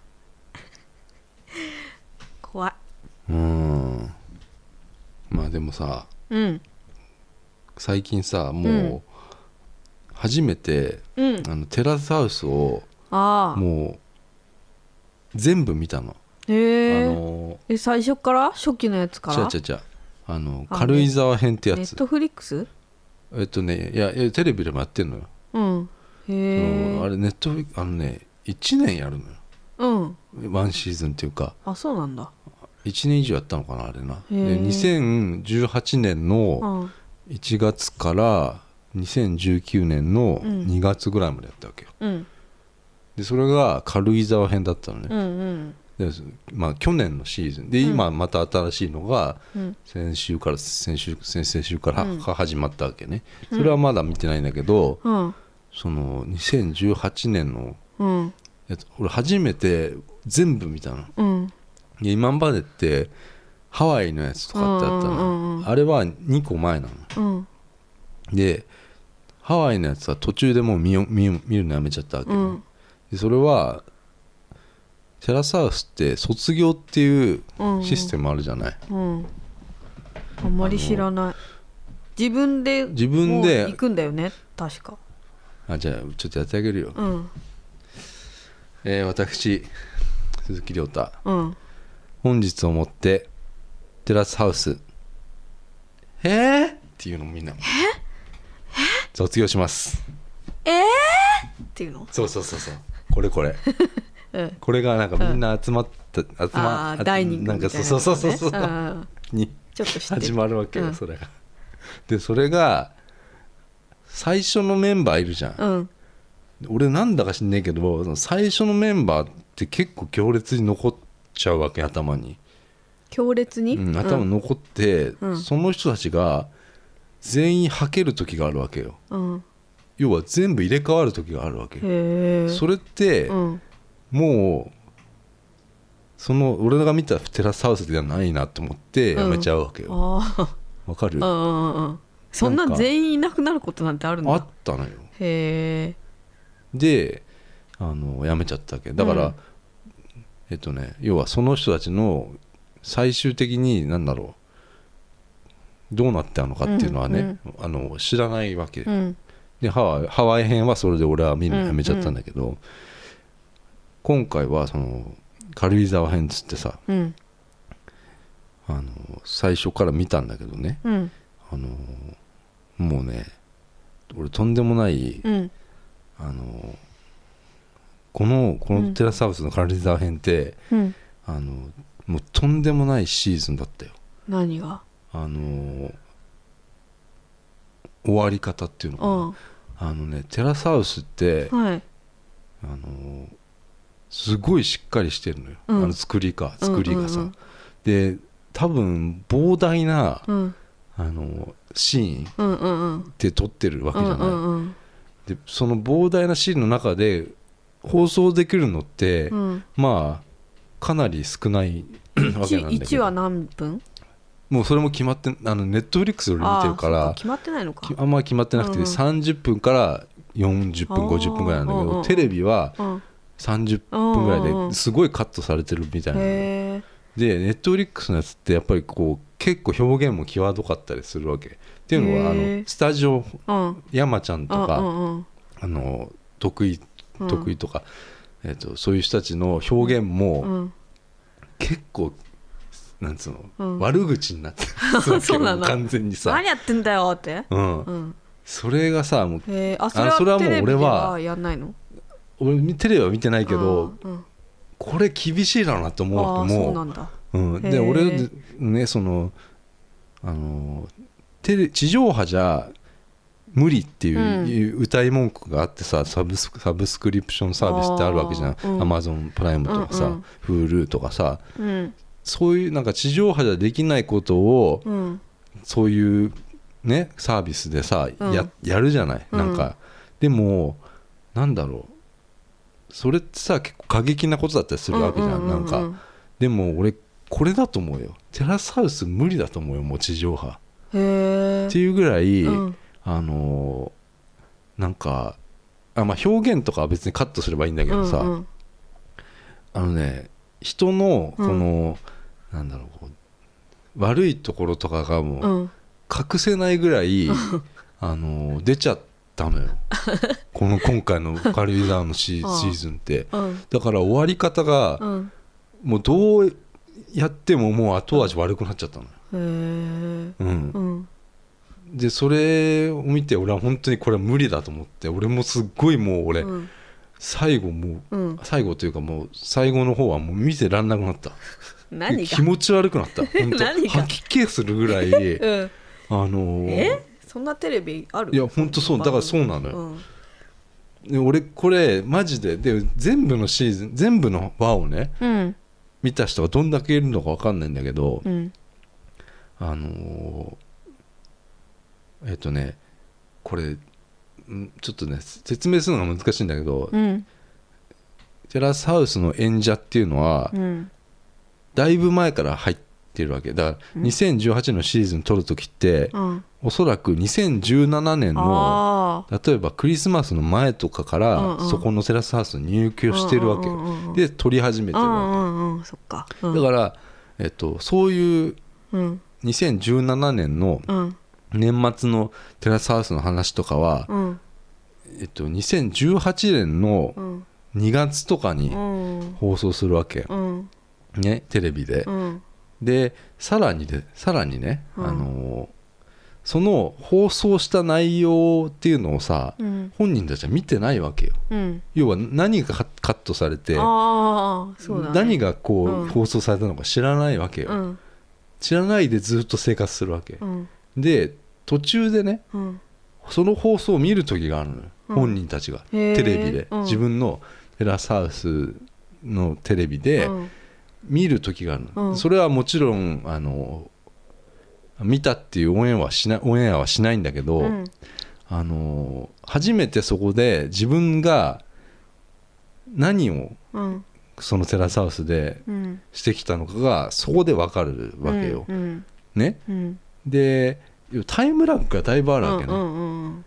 S2: 怖い
S1: うんまあでもさ
S2: うん
S1: 最近さもう初めて、
S2: うん
S1: あのテラスハウスを
S2: ああ
S1: もう全部見たの、
S2: へ
S1: あ
S2: え
S1: の
S2: え最初から初期のやつから
S1: 違う違う違うあの
S2: あ
S1: 軽井沢編ってや
S2: ネッ
S1: つ
S2: トフリックス
S1: えっとねいやいやテレビでもやってんのよ、
S2: うんへ
S1: うんあ
S2: え
S1: れネットフリあのね1年やるのよ
S2: うん
S1: ワンシーズンっていうか
S2: あそうなんだ
S1: 1年以上やったのかなあれなで
S2: へー
S1: 2018年
S2: う
S1: の
S2: ん
S1: 1月から2019年の
S2: うん
S1: 2月ぐらいまでやったわけよ
S2: うん
S1: でそれが軽井沢編だったの
S2: う
S1: ね、
S2: んうん
S1: でまあ、去年のシーズンで
S2: うん
S1: 今また新しいのが
S2: うん
S1: 先週から先週先々週から
S2: うん
S1: は始まったわけね、
S2: うん
S1: それはまだ見てないんだけど
S2: うん
S1: その2018年の
S2: うん
S1: やつ俺初めて全部見たの
S2: うん
S1: で今までってハワイのやつとかってあった
S2: うんうんうん
S1: の
S2: うん
S1: あれは2個前なの
S2: うん
S1: でハワイのやつは途中でもう見よ見よ見るのやめちゃったわけ
S2: う
S1: ね、
S2: ん
S1: でそれはテラスハウスって卒業っていう
S2: うん
S1: システムあるじゃない、
S2: うんあんまり知らない自分で
S1: 自分で
S2: もう行くんだよね確か
S1: あじゃあちょっとやってあげるよ、
S2: うん
S1: えー私鈴木亮太
S2: うん
S1: 本日をもってテラスハウスえー、っていうのもみんなも卒業します
S2: ええっていうの
S1: そうそうそうそうこれこれ
S2: うん
S1: これがなんかみんな集まった、集ま
S2: ああダイニング
S1: なん
S2: みた
S1: か
S2: いな
S1: そう
S2: ね
S1: そうそうそうそう、
S2: ん
S1: に
S2: ちょっと知って
S1: 始まるわけよ、
S2: うん
S1: それがでそれが最初のメンバーいるじゃん、
S2: うん
S1: 俺なんだか知んねえけどその最初のメンバーって結構強烈に残っちゃうわけ頭に、
S2: 強烈に
S1: うん、頭に残って、
S2: うん
S1: その人たちが全員はける時があるわけよ
S2: うん
S1: 要は全部入れ替わる時があるわけよ
S2: へえ
S1: それって
S2: うん
S1: もうその俺が見たテラスハウスではないなと思ってやめちゃうわけよわ、
S2: ああ
S1: かる
S2: うんうんうんうんそんな
S1: なん
S2: ん
S1: か
S2: 全員いなくなることなんてあるん
S1: あ
S2: だ
S1: ったのよ
S2: へえ
S1: であのやめちゃったわけだから、
S2: うん
S1: えっとね要はその人たちの最終的に何だろうどうなってたのかっていうのはね、あの知らないわけ、
S2: うん
S1: でハワイハワイ編はそれで俺は見る
S2: うん
S1: のやめちゃったんだけど、今回はその軽井沢編っつってさ
S2: うん
S1: あの最初から見たんだけどね
S2: うん
S1: あのもうね俺とんでもない
S2: うん
S1: あのこのこのテラスハウスの軽井沢編って、
S2: うん
S1: あのもうとんでもないシーズンだったよ
S2: 何が
S1: あの終わり方っていうのか
S2: う
S1: なんあのねテラスハウスって
S2: はい
S1: あのすごいしっかりしてるのよ、
S2: うん
S1: あの作りか作りがさ、
S2: うん
S1: で多分膨大な、
S2: うん
S1: あのシーン
S2: うんうんうん
S1: で撮ってるわ
S2: う
S1: けじゃ
S2: ん
S1: な
S2: う
S1: い、
S2: んうん
S1: でその膨大なシーンの中で放送できるのって、
S2: うん
S1: まあかなり少ないわけなんだけど
S2: 1, 話何分
S1: もうそれも決まってあのネットフリックスで俺見てるか
S2: ああそっ
S1: ら
S2: 決まってないのか
S1: きあんま決まってなくて、
S2: うんうん
S1: 30分から40分50分ぐらいなんだけ
S2: あーうんう
S1: ど
S2: ん
S1: テレビは
S2: うん
S1: 30分ぐら
S2: うんうんう
S1: い
S2: ん
S1: ですごいカットされてるみたいなので
S2: へえ
S1: ネットフリックスのやつってやっぱりこう結構表現も際どかったりするわけっていうのはあ
S2: へー
S1: のスタジオ
S2: うん
S1: 山ちゃんと
S2: う
S1: か
S2: んうん
S1: あの得意
S2: うん
S1: 得意とか、えっとそういう人たちの表現
S2: う
S1: も
S2: ん、
S1: 結構、なんつうの、
S2: うん
S1: 悪口になってるわけ
S2: そうな
S1: よ
S2: の
S1: 完全にさ
S2: 何、やってんだよって、
S1: うん
S2: う、ん、
S1: それがさもう
S2: へえあそれ
S1: あ
S2: は
S1: それはもう
S2: テレビで
S1: 俺は
S2: はやんないの
S1: 俺テレビは見てないけど
S2: あーうん
S1: これ厳しいだろうなと思う
S2: あ
S1: わ
S2: ー
S1: け
S2: そう
S1: も
S2: なんだ
S1: う、ん、
S2: へ
S1: で
S2: ー
S1: 俺ねそのあのテレ地上波じゃ無理っていう,
S2: うん
S1: いう歌い文句があってさサブスサブスクリプションサービスってあるわけじゃん
S2: あーうん
S1: アマゾンプライムとかさ、
S2: うん
S1: Hulu とかさ
S2: うん
S1: そういうなんか地上波じゃできないことを
S2: うん
S1: そういうねサービスでさ、
S2: うん
S1: ややるじゃない
S2: うん
S1: なんか、でもなんだろうそれってさ結構過激なことだったりするわけじゃん,、
S2: うううう
S1: なんかでも俺これだと思うよテラスハウス無理だと思うよもう地上波
S2: へえ
S1: っていうぐらい、
S2: うん
S1: あのーなんかあ、まあ、表現とかは別にカットすればいいんだけどさ、
S2: うんうん
S1: あのね人のこの、なんだろうこう悪いところとかがもう、
S2: うん
S1: 隠せないぐら い、あの出ちゃったのよこの今回の「軽井沢のシ
S2: ああ
S1: ーシーズンって
S2: うん
S1: だから終わり方が
S2: うん
S1: もうどうやってももう後味悪くなっちゃったのよ、
S2: へえ
S1: うん
S2: うん
S1: でそれを見て俺は本当にこれは無理だと思って俺もすっごいもう俺、
S2: うん
S1: 最後もう、
S2: うん
S1: 最後というかもう最後の方はもう見てらんなくなった
S2: 何が
S1: 気持ち悪くなった本
S2: 何
S1: 当
S2: が
S1: 吐き気するぐら いあ
S2: うん
S1: の
S2: えそんなテレビある
S1: いやほんとそうだからそうなのよ
S2: うん
S1: で俺これマジでで全部のシーズン全部の輪をね
S2: うん
S1: 見た人がどんだけいるのか分かんないんだけど、
S2: うん
S1: あのーえっとねこれんちょっとね説明するのが難しいんだけど、
S2: うん
S1: テラスハウスの演者っていうのは、
S2: うん
S1: だいぶ前から入ってるわけだから2018のシーズン撮る時って、
S2: うん
S1: おそらく2017年の
S2: あ
S1: 例えばクリスマスの前とかから、
S2: うんうん
S1: そこのテラスハウスに入居してるわけよ、
S2: うんうんうんうん
S1: で撮り始め
S2: ー
S1: てるわけ
S2: うんうんうんそっかだ
S1: だから、えっと、そういう
S2: うん
S1: 2017年の
S2: うん
S1: 年末のテラスハウスの話とかは、
S2: うん
S1: えっと、2018年の
S2: うん
S1: 2月とかに
S2: うん
S1: 放送するわけ、
S2: うん
S1: ね、テレビで
S2: う。ん
S1: でさらにでさらにね、
S2: うん
S1: あのーその放送した内容っていうのをさ、
S2: うん
S1: 本人たちは見てないわけよ。
S2: うん
S1: 要は何がカカットされて、
S2: ああそうだね
S1: 何がこう、
S2: うん
S1: 放送されたのか知らないわけよ、
S2: うん
S1: 知らないでずっと生活するわけ、
S2: うん
S1: で途中でね
S2: うん
S1: その放送を見る時があるのよ、
S2: うん
S1: 本人たちが
S2: へー
S1: テレビで、
S2: うん
S1: 自分のテラスハウスのテレビで
S2: うん
S1: 見る時があるの、
S2: うん
S1: それはもちろんあの見たっていうオンエアはしないオンエアはしないんだけど、
S2: うん
S1: あの初めてそこで自分が何を
S2: うん
S1: そのテラスハウスで
S2: うん
S1: してきたのかがそこで分かるわけよ、
S2: うん
S1: ね
S2: うん
S1: でタイムラグがだいぶあ
S2: う
S1: る
S2: ん
S1: わけね、
S2: うんうん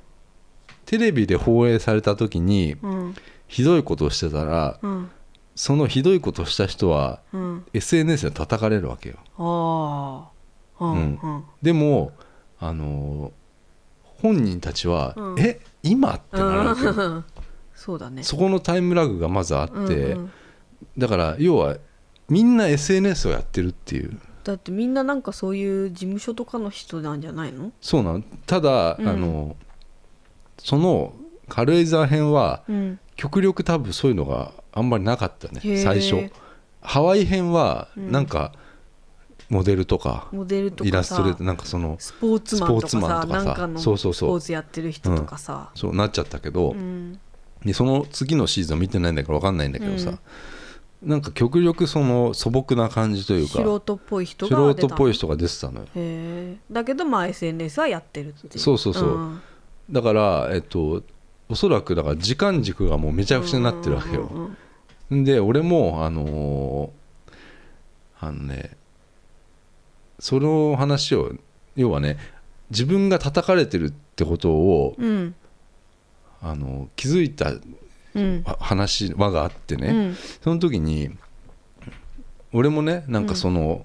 S1: テレビで放映された時に
S2: うん
S1: ひどいことをしてたら
S2: うん
S1: そのひどいことをした人は
S2: うん
S1: SNS で叩かれるわけよ
S2: ああうんうん
S1: でもあのー本人たちは「
S2: うん
S1: え今?」ってなるわけよ、
S2: うん そうだね
S1: そこのタイムラグがまずあって、
S2: うんうん
S1: だから要はみんな SNS をやってるっていう
S2: だってみんななんかそういう事務所とかの人なんじゃないの
S1: そうなのただ、
S2: うん
S1: あのその軽井沢編は
S2: うん
S1: 極力多分そういうのがあんまりなかったね
S2: へー
S1: 最初ハワイ編は
S2: うん
S1: なんかモデルとか
S2: モデルと
S1: イ
S2: か
S1: ラストレ
S2: さ
S1: ーターなんかその
S2: スポーツマンと
S1: スポ
S2: か
S1: ーツマ
S2: さ
S1: ンとか
S2: な
S1: さ
S2: んかのスポ
S1: そうそうそう
S2: ーツやってる人とかさ
S1: そうなっちゃったけど、
S2: うん
S1: でその次のシーズンは見てないんだから分かんないんだけど
S2: う
S1: さ、なんか極力その素朴な感じというか
S2: 素人っぽい人が
S1: 素
S2: 出
S1: 人
S2: た
S1: っぽい人が出てたのよ
S2: へえだけどまあ SNS はやってるっていう
S1: そうそうそうんだからえっとおそらくだから時間軸がもうめちゃくちゃになってるわけよ、
S2: うんうんうん
S1: で俺もあのーあのねその話を要はね自分が叩かれてるってことを、
S2: うん
S1: あの気づいた
S2: うん
S1: は話輪があってね、
S2: うん
S1: その時に俺もねなんかその、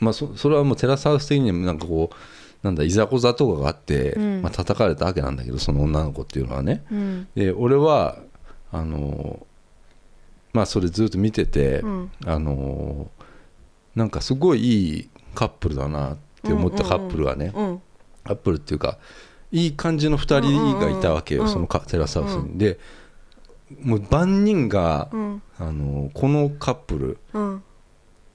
S1: まあそそれはもうテラスハウス的にもなんかこうなんだいざこざとかがあって、
S2: うん
S1: まあ叩かれたわけなんだけどその女の子っていうのはね
S2: うん
S1: で俺はあのまあそれずっと見てて、
S2: うん
S1: あのーなんかすごいいいカップルだなって思ったカップルがね、
S2: うん
S1: カップルっていうかいい感じの2人がいたわけよ、
S2: うんうんうん
S1: そのカテラスハウスに。でもう万人が、
S2: うん
S1: あのーこのカップル
S2: うん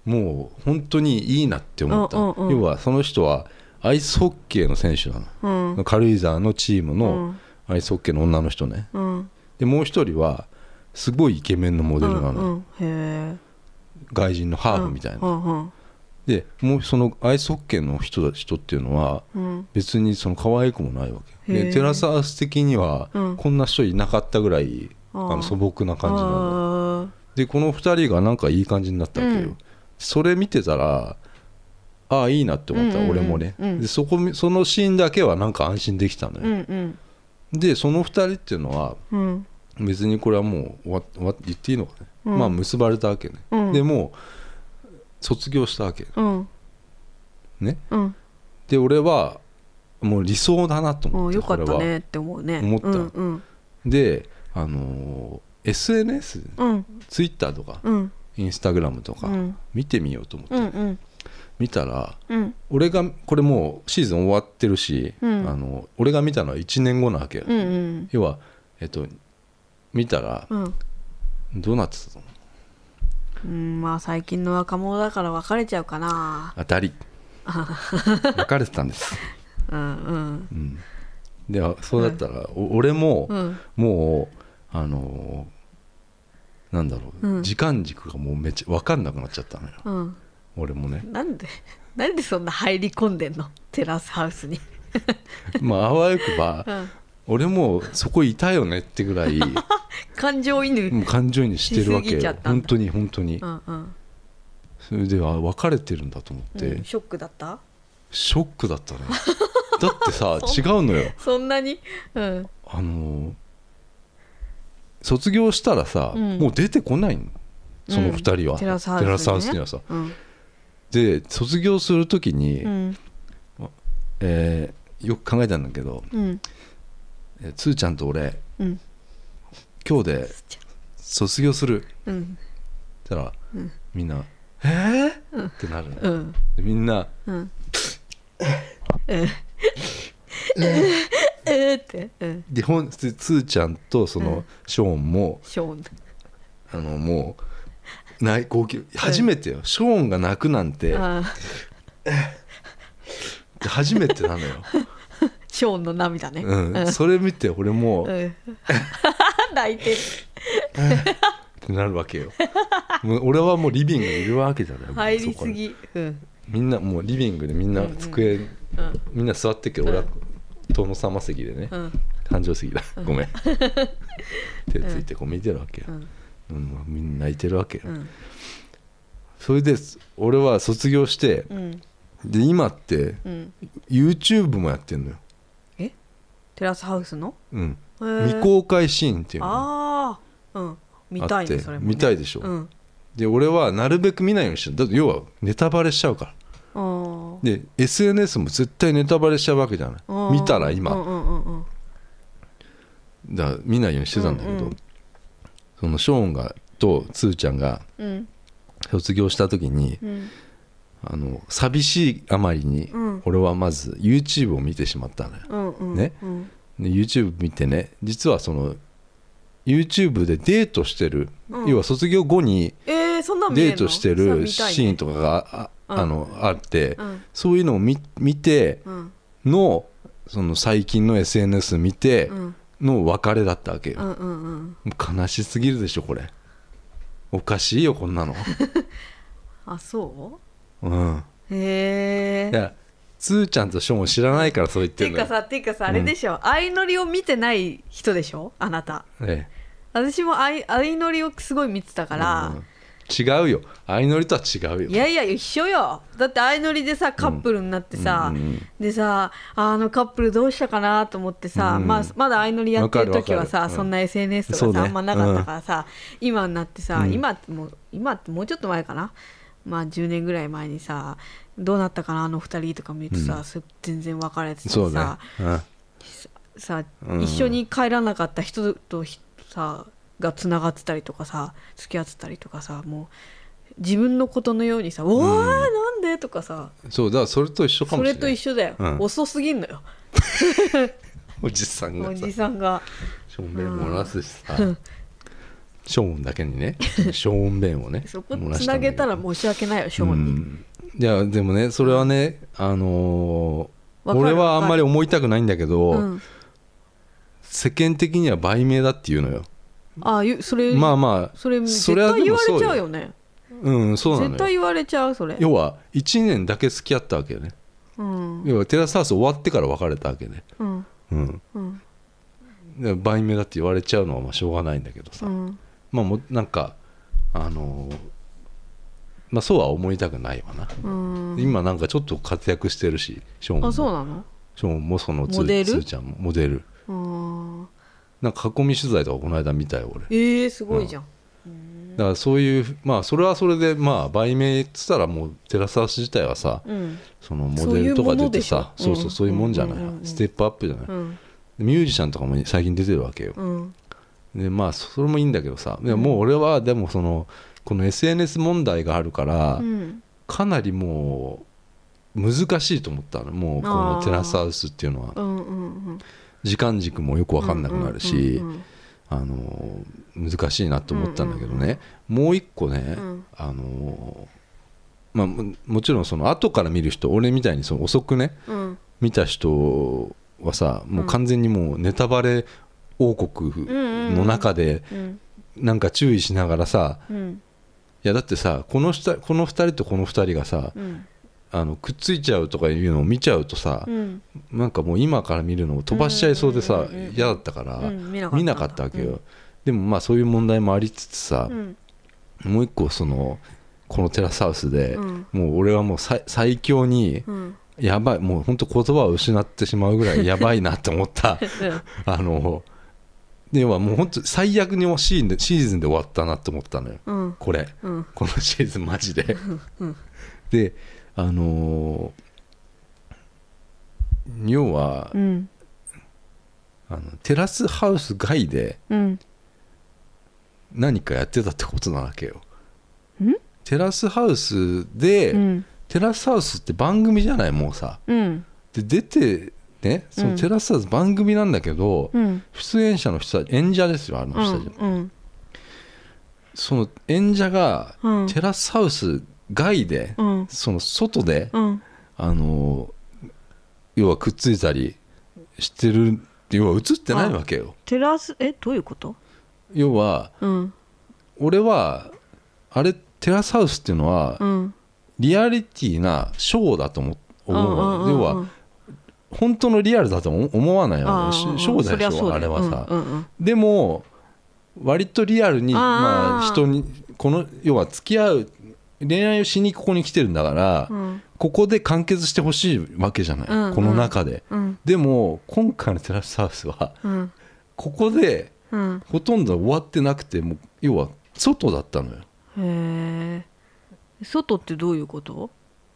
S1: もう本当にいいなって思った、
S2: うんうんうん
S1: 要はその人はアイスホッケーの選手なの、
S2: うん
S1: 軽井沢のチーム
S2: う
S1: の
S2: ん
S1: アイスホッケーの女の人ね
S2: うん
S1: でもう一人はすごいイケメンのモデルなの、
S2: うんうんへえ
S1: 外人のハーフみたいな、
S2: うんうん
S1: でもうそのアイスホッケーの人人っていうのは
S2: うん
S1: 別にその可愛くもないわけ
S2: へ
S1: で
S2: ー
S1: テラスハウス的には
S2: うん
S1: こんな人いなかったぐらい、
S2: あー
S1: あの素朴な感じなの
S2: の
S1: でこの2人がなんかいい感じになったわけよ、
S2: うん
S1: それ見てたらああいいなって思った、
S2: うんうんうん
S1: 俺もね、
S2: うん
S1: でそこそのシーンだけはなんか安心できたの
S2: う
S1: よ、
S2: んうん
S1: でその2人っていうのは
S2: うん
S1: 別にこれはもう終わ終わ言っていいのかね、
S2: うん
S1: まあ結ばれたわけね、
S2: うん
S1: でもう卒業したわけ
S2: うん
S1: ね
S2: うん
S1: で俺はもう理想だなと思
S2: も
S1: っ
S2: う
S1: て
S2: よかっ
S1: こ
S2: た
S1: れは
S2: ねって思うね
S1: 思った
S2: うんうん
S1: であのー SNS
S2: うん
S1: ツイッターとか
S2: うん
S1: インスタグラムと
S2: う
S1: か
S2: ん
S1: 見てみようと思って、
S2: うんうん
S1: 見たら
S2: うん
S1: 俺がこれもうシーズン終わってるし、
S2: うん
S1: あの俺が見たのは1年後なわけよ、
S2: うんうん
S1: 要はえっと見たら
S2: うん
S1: どうなってたと思う
S2: うんまあ最近の若者だから別れちゃうかな
S1: 当たり別れてたんです、
S2: うんうん
S1: うん、であそうだったら、お俺も、
S2: うん
S1: もうあのーなんだろう、
S2: うん
S1: 時間軸がもうめっちゃ分かんなくなっちゃったのよ
S2: うん
S1: 俺もね
S2: なんでなんでそんな入り込んでんのテラスハウスに
S1: まああわよくば
S2: うん
S1: 俺もそこいたよねってぐら い
S2: 感情移入
S1: もう感情移入してるわ
S2: しす
S1: け
S2: ぎちゃ
S1: よ
S2: ったん
S1: 本
S2: だ
S1: 当に本当に
S2: うんうん
S1: それであ別れてるんだと思って、
S2: うんショックだった
S1: ショックだったね だってさ違うのよ
S2: そんなにうん
S1: あのー卒業したらさ、
S2: うん
S1: もう出てこないのその二人は、
S2: テラスハウスにね
S1: テラスハウスにはさ
S2: うん
S1: で卒業する時に、
S2: うん
S1: えーよく考えたんだけど、
S2: うん
S1: えーつーちゃんと俺
S2: うん
S1: 今日で卒業するって
S2: うん
S1: 言ったら、
S2: うん
S1: みんな「えーってなるのよ、
S2: うん
S1: でみんな
S2: うんうんえーってうん
S1: でほんつつーちゃんとその、
S2: うん
S1: ショーンも
S2: ショーン
S1: あのもうない号泣初めてよ、ショーンが泣くなんて
S2: あー
S1: 初めてなのよ、
S2: ショーンの涙ね
S1: う、
S2: うんん
S1: それ見て俺も
S2: うん泣いてる
S1: ってなるわけよもう俺はもうリビングにいるわけじゃない
S2: 入り
S1: そこ
S2: す
S1: に
S2: ぎうん
S1: みんなもうリビングでみんな
S2: うん
S1: 机、
S2: うん
S1: みんな座ってっけど俺は殿様席でね、
S2: うん
S1: 誕生石だご めん手ついてこう見てるわけよ
S2: う、ん
S1: うんみんな泣いてるわけよ、
S2: うん
S1: それで俺は卒業して
S2: うん
S1: で今って
S2: うん
S1: YouTube もやってんのよ、
S2: えテラスハウスの
S1: うん、
S2: へ
S1: 未
S2: ー
S1: 公開シーンっていうのが
S2: ああうん見た
S1: あっ
S2: い
S1: て
S2: ねそれもね
S1: 見たいでしょ、
S2: うん
S1: で俺はなるべく見ないようにしてるだって要はネタバレしちゃうから
S2: あー
S1: で SNS も絶対ネタバレしちゃうわけじゃな
S2: あ
S1: い
S2: ー
S1: 見たら今、
S2: うんうんうんうん
S1: だから見ないようにしてたんだけど、
S2: うんうん
S1: そのショーンがとつーちゃんが
S2: うん
S1: 卒業した時に
S2: うん
S1: あの寂しいあまりに
S2: うん
S1: 俺はまず YouTube を見てしまったのよ
S2: うんうん
S1: ね
S2: うん
S1: で YouTube 見てね実はその YouTube でデートしてる、
S2: うん
S1: 要は卒業後に
S2: えーそんなん見れ
S1: デ
S2: んの
S1: ートして
S2: そんなん
S1: る
S2: 見たいね
S1: シーンとかがあ,、
S2: うん
S1: あのあって、
S2: うん
S1: そういうのを見見て
S2: うん
S1: のその最近の SNS 見て
S2: うん
S1: の別れだったわけよ
S2: う、んうんうん
S1: もう悲しすぎるでしょこれおかしいよこんな の
S2: あそ
S1: うん
S2: うへ
S1: い
S2: え
S1: やつーちゃんとショーンを知らないからそう言って
S2: て
S1: る
S2: い
S1: の
S2: か
S1: よ
S2: さていかさあれでしょ相乗りを見てない人でしょあなた
S1: ええ
S2: 私も相相乗りをすごい見てたから
S1: うん違うよ相乗りとは違うよ
S2: いやいや一緒よだって相乗りでさカップルになって
S1: う
S2: さ、
S1: んうんうん
S2: でさあのカップルどうしたかなと思ってさ、
S1: うん
S2: まあ、まだ相乗りやってる時は
S1: わ
S2: さ
S1: かるわかるうん
S2: そんな SNS とかさ
S1: そうね
S2: あんまなかったからさ、今になってさ、
S1: うん
S2: 今ってもう今ってもうちょっと前かなまあ10年ぐらい前にさどうなったかなあの2人とか見るとさ、
S1: うん
S2: す全然別れてた
S1: そうね
S2: さ、
S1: うん
S2: さ
S1: うん
S2: 一緒に帰らなかった人とひさがつながってたりとかさ付き合ってたりとかさもう自分のことのようにさ「おー、なんで?」とかさ
S1: そうだからそれと一緒か
S2: そ
S1: もしれ
S2: れ
S1: ない
S2: と一緒だよ、
S1: うん
S2: 遅すぎんのよ
S1: おじさんが
S2: お
S1: さ
S2: じさんが
S1: しょんべん漏らすしさショーンだけにねショーンべんをね
S2: そこつなげたら
S1: も
S2: 申し訳ないよシ
S1: う
S2: ョーンに、
S1: んいやでもねそれはねあのー
S2: わかる
S1: 俺はあんまり
S2: わ
S1: 思いたくないんだけど、
S2: うん、
S1: 世間的には売名だっていうのよ
S2: ああゆそれ、
S1: まあまあ
S2: それ絶
S1: それは
S2: 対
S1: で
S2: 言
S1: も
S2: わ
S1: そ
S2: れ
S1: うよ
S2: ちゃうよね
S1: うんそうな
S2: 絶
S1: の
S2: 対
S1: よ
S2: 言われちゃうそれ
S1: 要は1年だけ付き合ったわけよね
S2: うん
S1: 要はテラスハウス終わってから別れたわけね
S2: うん
S1: うん
S2: うん
S1: で売名だって言われちゃうのはまあしょうがないんだけどさ、
S2: うん
S1: まあもうなんかあのーまあそうは思いたくないわな、
S2: うん
S1: 今なんかちょっと活躍してるしショーンも
S2: あそうなの
S1: ショーンもそのつ
S2: モデル
S1: つーちゃんもモデル
S2: うん
S1: なんか囲み取材とかこの間見たよ俺
S2: えー、すごいじゃん、
S1: だからそういうまあそれはそれでまあ売名っつったらもうテラスハウス自体はさ
S2: うん
S1: そのモデルとか出てさ
S2: そう
S1: そ
S2: いうもの
S1: う
S2: でしょ
S1: そうそういうもんじゃない、
S2: うんうんうんうん
S1: ステップアップじゃない、
S2: うん
S1: ミュージシャンとかも最近出てるわけよ
S2: うん
S1: でまあそれもいいんだけどさでももう俺はでもそのこの SNS 問題があるから、
S2: うん
S1: かなりもう難しいと思ったのもうこのテラスハウスっていうのは
S2: うんうん
S1: 時間軸もよく
S2: うん
S1: 分かんなくなるし
S2: うん
S1: あの難しいなと思ったんだけどねもう一個ね、
S2: うん
S1: あのまあ、ももちろんその後から見る人俺みたいにその遅くね
S2: うんうん
S1: 見た人はさもう完全にもうネタバレ王国の中で
S2: うん
S1: なんか注意しながらさ
S2: うん
S1: いやだってさこの人この2人とこの2人がさ
S2: うん
S1: あのくっついちゃうとかいうのを見ちゃうとさ
S2: うん
S1: なんかもう今から見るのを飛ばしちゃいそうで
S2: うん
S1: さ
S2: うんうんうん
S1: 嫌だったから
S2: うん見なかったんだ
S1: 見なかったわけよでもまあそういう問題もありつつさ
S2: うん
S1: もう一個そのこのテラスハウスで
S2: うん
S1: もう俺はもう最最強に
S2: うん
S1: やばいもう本当言葉を失ってしまうぐらいやばいなと思った あの要はもう本当最悪に惜しいんでシーズンで終わったなと思ったのよ
S2: うん
S1: これ
S2: うん
S1: このシーズンマジで
S2: うん
S1: であのー要は
S2: うん
S1: あのテラスハウス外で
S2: うん
S1: 何かやってたってことなわけよ
S2: ん
S1: テラスハウスで、
S2: うん
S1: テラスハウスって番組じゃないもうさ
S2: うん
S1: で出てねそうの
S2: ん
S1: テラスハウス番組なんだけど、
S2: うん
S1: 出演者の人たち演者ですよあの人たち、
S2: うん
S1: その演者が
S2: うん
S1: テラスハウス外で、
S2: うん
S1: その外で、
S2: うん
S1: あの要はくっついたりしてる要は映ってないわけよ
S2: テラスえどういうこと
S1: 要は
S2: うん
S1: 俺はあれテラスハウスっていうのは、
S2: うん
S1: リアリティなショーだと思思うわ
S2: んんんん
S1: 要は本当のリアルだと思思わないわけシ
S2: ああ
S1: ショー
S2: そ
S1: だ
S2: りゃ
S1: よ
S2: そうだよ
S1: あれはさ、
S2: うんうん
S1: でも割とリアルに
S2: あー
S1: まあ、人にこの要は付き合う恋愛をしにここに来てるんだから、
S2: うん
S1: ここで完結してほしいわけじゃない、
S2: うん
S1: この中で、
S2: うん
S1: でも今回のテラスハウスは
S2: うん
S1: ここで
S2: うん
S1: ほとんど終わってなくてもう要は外だったのよ
S2: へえ外ってどういうこと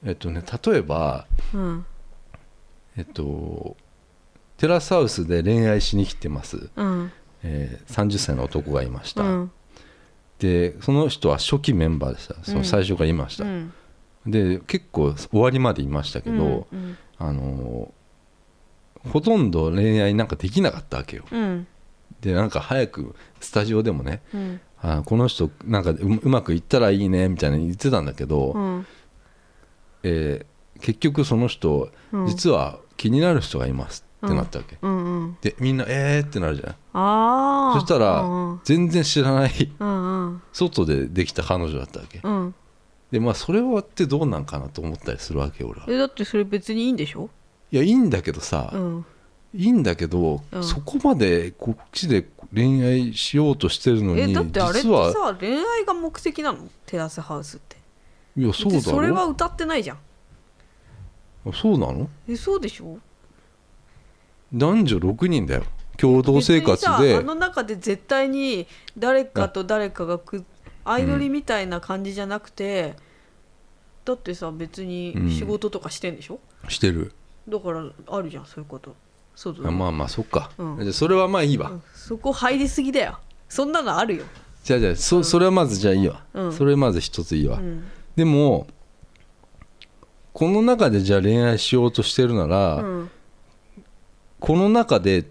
S1: えっとね例えば
S2: うん
S1: えっとテラスハウスで恋愛しに来てます、
S2: うん
S1: えー30歳の男がいまし
S2: う
S1: た、
S2: ん
S1: でその人は初期メンバーでしたその最初からいました、
S2: うん
S1: で結構終わりまでいましたけど、
S2: うん
S1: あのーほとんど恋愛なんかできなかったわけよ
S2: うん
S1: でなんか早くスタジオでもね
S2: うん
S1: あーこの人なんかううまくいったらいいねみたいなの言ってたんだけど、
S2: うん
S1: えー結局その人、
S2: うん
S1: 実は気になる人がいますってなったわけ、
S2: うんうん
S1: でみんなえーってなるじゃん
S2: ああ
S1: そしたら
S2: うん
S1: 全然知らない
S2: うん
S1: 外でできた彼女だったわけ
S2: うんうん
S1: でまあそれはってどうなんかなと思ったりするわけ俺は
S2: えだってそれ別にいいんでしょ
S1: いやいいんだけどさ、
S2: うん
S1: いいんだけど、
S2: うん
S1: そこまでこっちで恋愛しようとしてるのに
S2: えだってあれって
S1: 実は
S2: さ恋愛が目的なのテラスハウスって
S1: いやそうだ
S2: で
S1: ろ
S2: それは歌ってないじゃん
S1: そうなの
S2: えそうでしょ
S1: 男女6人だよ共同生活
S2: 別にさあ
S1: で
S2: の中で絶対に誰かと誰かがく相乗りみたいな感じじゃなくて、だってさ別に仕事とかしてんでしょ、
S1: してる、
S2: だからあるじゃんそういうことそうだ、
S1: あまあまあそっか、
S2: うん
S1: じゃあそれはまあいいわ、
S2: うんそこ入りすぎだよそんなのあるよ
S1: じゃあじゃあそそれはまずじゃあいいわ、
S2: うん
S1: それまず一ついいわ、
S2: うん
S1: でもこの中でじゃあ恋愛しようとしてるなら、
S2: うん
S1: この中で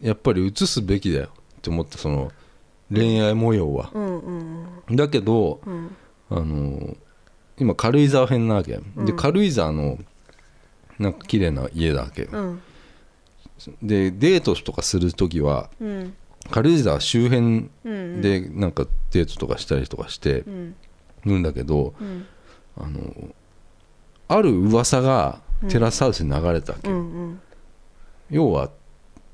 S1: やっぱり移すべきだよって思ったその恋愛模様は、
S2: うんうん
S1: だけど
S2: うん
S1: あの今軽井沢編なわけ、で軽井沢のなんか綺麗な家だわけ、
S2: うん
S1: でデートとかする時は
S2: うん
S1: 軽井沢周辺
S2: うん
S1: でなんかデートとかしたりとかして
S2: うん
S1: るんだけど、
S2: うん
S1: あのある噂がテラスハウスに流れたわけ、
S2: うんうん
S1: 要は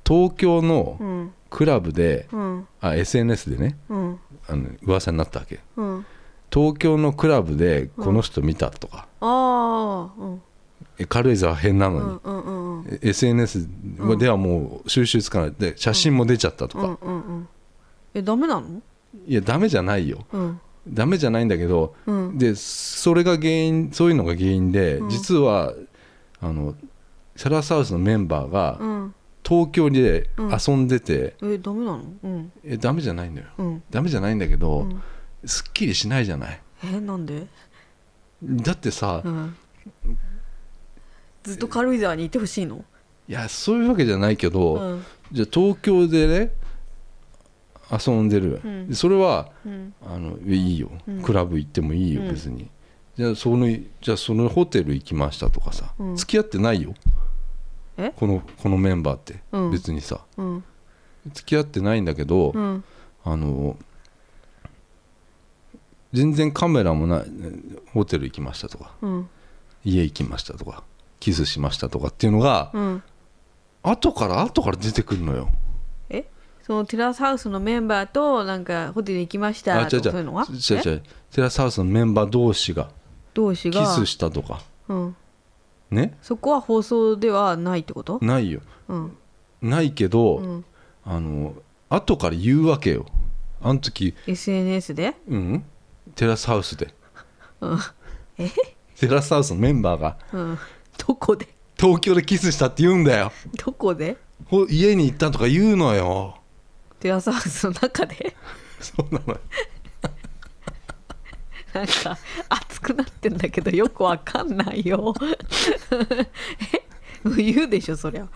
S1: 東京の
S2: うん
S1: クラブで、
S2: うん
S1: あ SNS でね
S2: うん
S1: あの噂になったわけ
S2: うん
S1: 東京のクラブでこの人見たとか、
S2: ああうん
S1: え軽井沢編な
S2: う
S1: のに、
S2: んうんうんうん
S1: え SNS はではもう収集つかないで写真も出ちゃったと
S2: うん
S1: か、
S2: うんうんえダメなの
S1: いやダメじゃないよ
S2: うん
S1: ダメじゃないんだけど
S2: うん
S1: でそれが原因そういうのが原因で、
S2: うん
S1: 実はあのセラスハウスのメンバー
S2: う
S1: が
S2: ん
S1: 東京で
S2: うん
S1: 遊んでて、
S2: えダメなのうん
S1: えダメじゃないのよ
S2: うん
S1: ダメじゃないんだけど、
S2: うん
S1: すっきりしないじゃない
S2: えなんで
S1: だってさ、
S2: うんずっと軽井沢にいてほしいの
S1: いやそういうわけじゃないけど、
S2: うん
S1: じゃあ東京でね遊んでる、
S2: うん
S1: でそれは
S2: うん
S1: あのいいよ、
S2: うん
S1: クラブ行ってもいいよ
S2: うん
S1: 別に、じゃあそのじゃあそのホテル行きましたとかさ、
S2: うん
S1: 付き合ってないよ
S2: え
S1: このこのメンバーって、
S2: うん
S1: 別にさ
S2: うん
S1: 付き合ってないんだけど、
S2: うん
S1: あの全然カメラもないホテル行きましたとか
S2: うん
S1: 家行きましたとかキスしましたとかっていうのが、
S2: うん
S1: 後から後から出てくるのよ
S2: えそのテラスハウスのメンバーとなんかホテルに行きました
S1: 違
S2: と
S1: う
S2: かそういうのは
S1: 違う違
S2: え
S1: うテラスハウスのメンバー同士が
S2: 同士が
S1: キスしたとか
S2: うん、
S1: ね
S2: そこは放送ではないってこと
S1: ないよ
S2: うん
S1: ないけど、
S2: うん
S1: あの後から言うわけよあの時
S2: SNS で
S1: うんテラスハウスで
S2: うん
S1: テラスハウスのメンバーが
S2: うんどこで
S1: 東京でキスしたって言うんだよ
S2: どこで
S1: ほ家に行ったとか言うのよ
S2: テラスハウスの中で
S1: そうなのよ
S2: なんか熱くなってんだけどよくわかんないよえ言うでしょそりゃ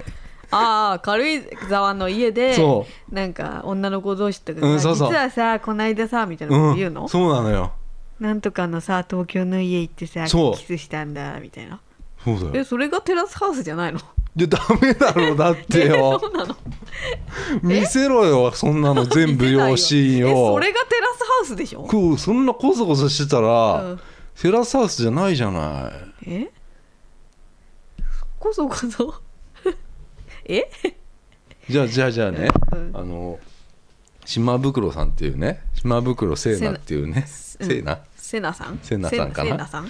S2: ああ軽井沢の家で
S1: そ
S2: なんか女の子同士とかが、
S1: うんそうそう
S2: 実はさこないださみたいなこと
S1: う
S2: 言うの、
S1: んそうなのよ
S2: なんとかのさ東京の家行ってさ
S1: そう
S2: キスしたんだみたいな
S1: そうだ
S2: え
S1: よ
S2: それがテラスハウスじゃないの
S1: いやダメだろだって
S2: え
S1: よ
S2: そうなの
S1: 見せろよそんなの全部
S2: 見せないよ
S1: 用紙
S2: え
S1: を
S2: それがテラスハウスでしょ、
S1: こうそんなコソコソしてたら、
S2: うん
S1: テラスハウスじゃないじゃない
S2: えこそこそ え
S1: じゃあじゃあじゃあね、
S2: うん
S1: あの島袋さんっていうね島袋聖奈っていうね
S2: うん
S1: 聖奈っ
S2: セナさん
S1: セナさんかな
S2: セナさん、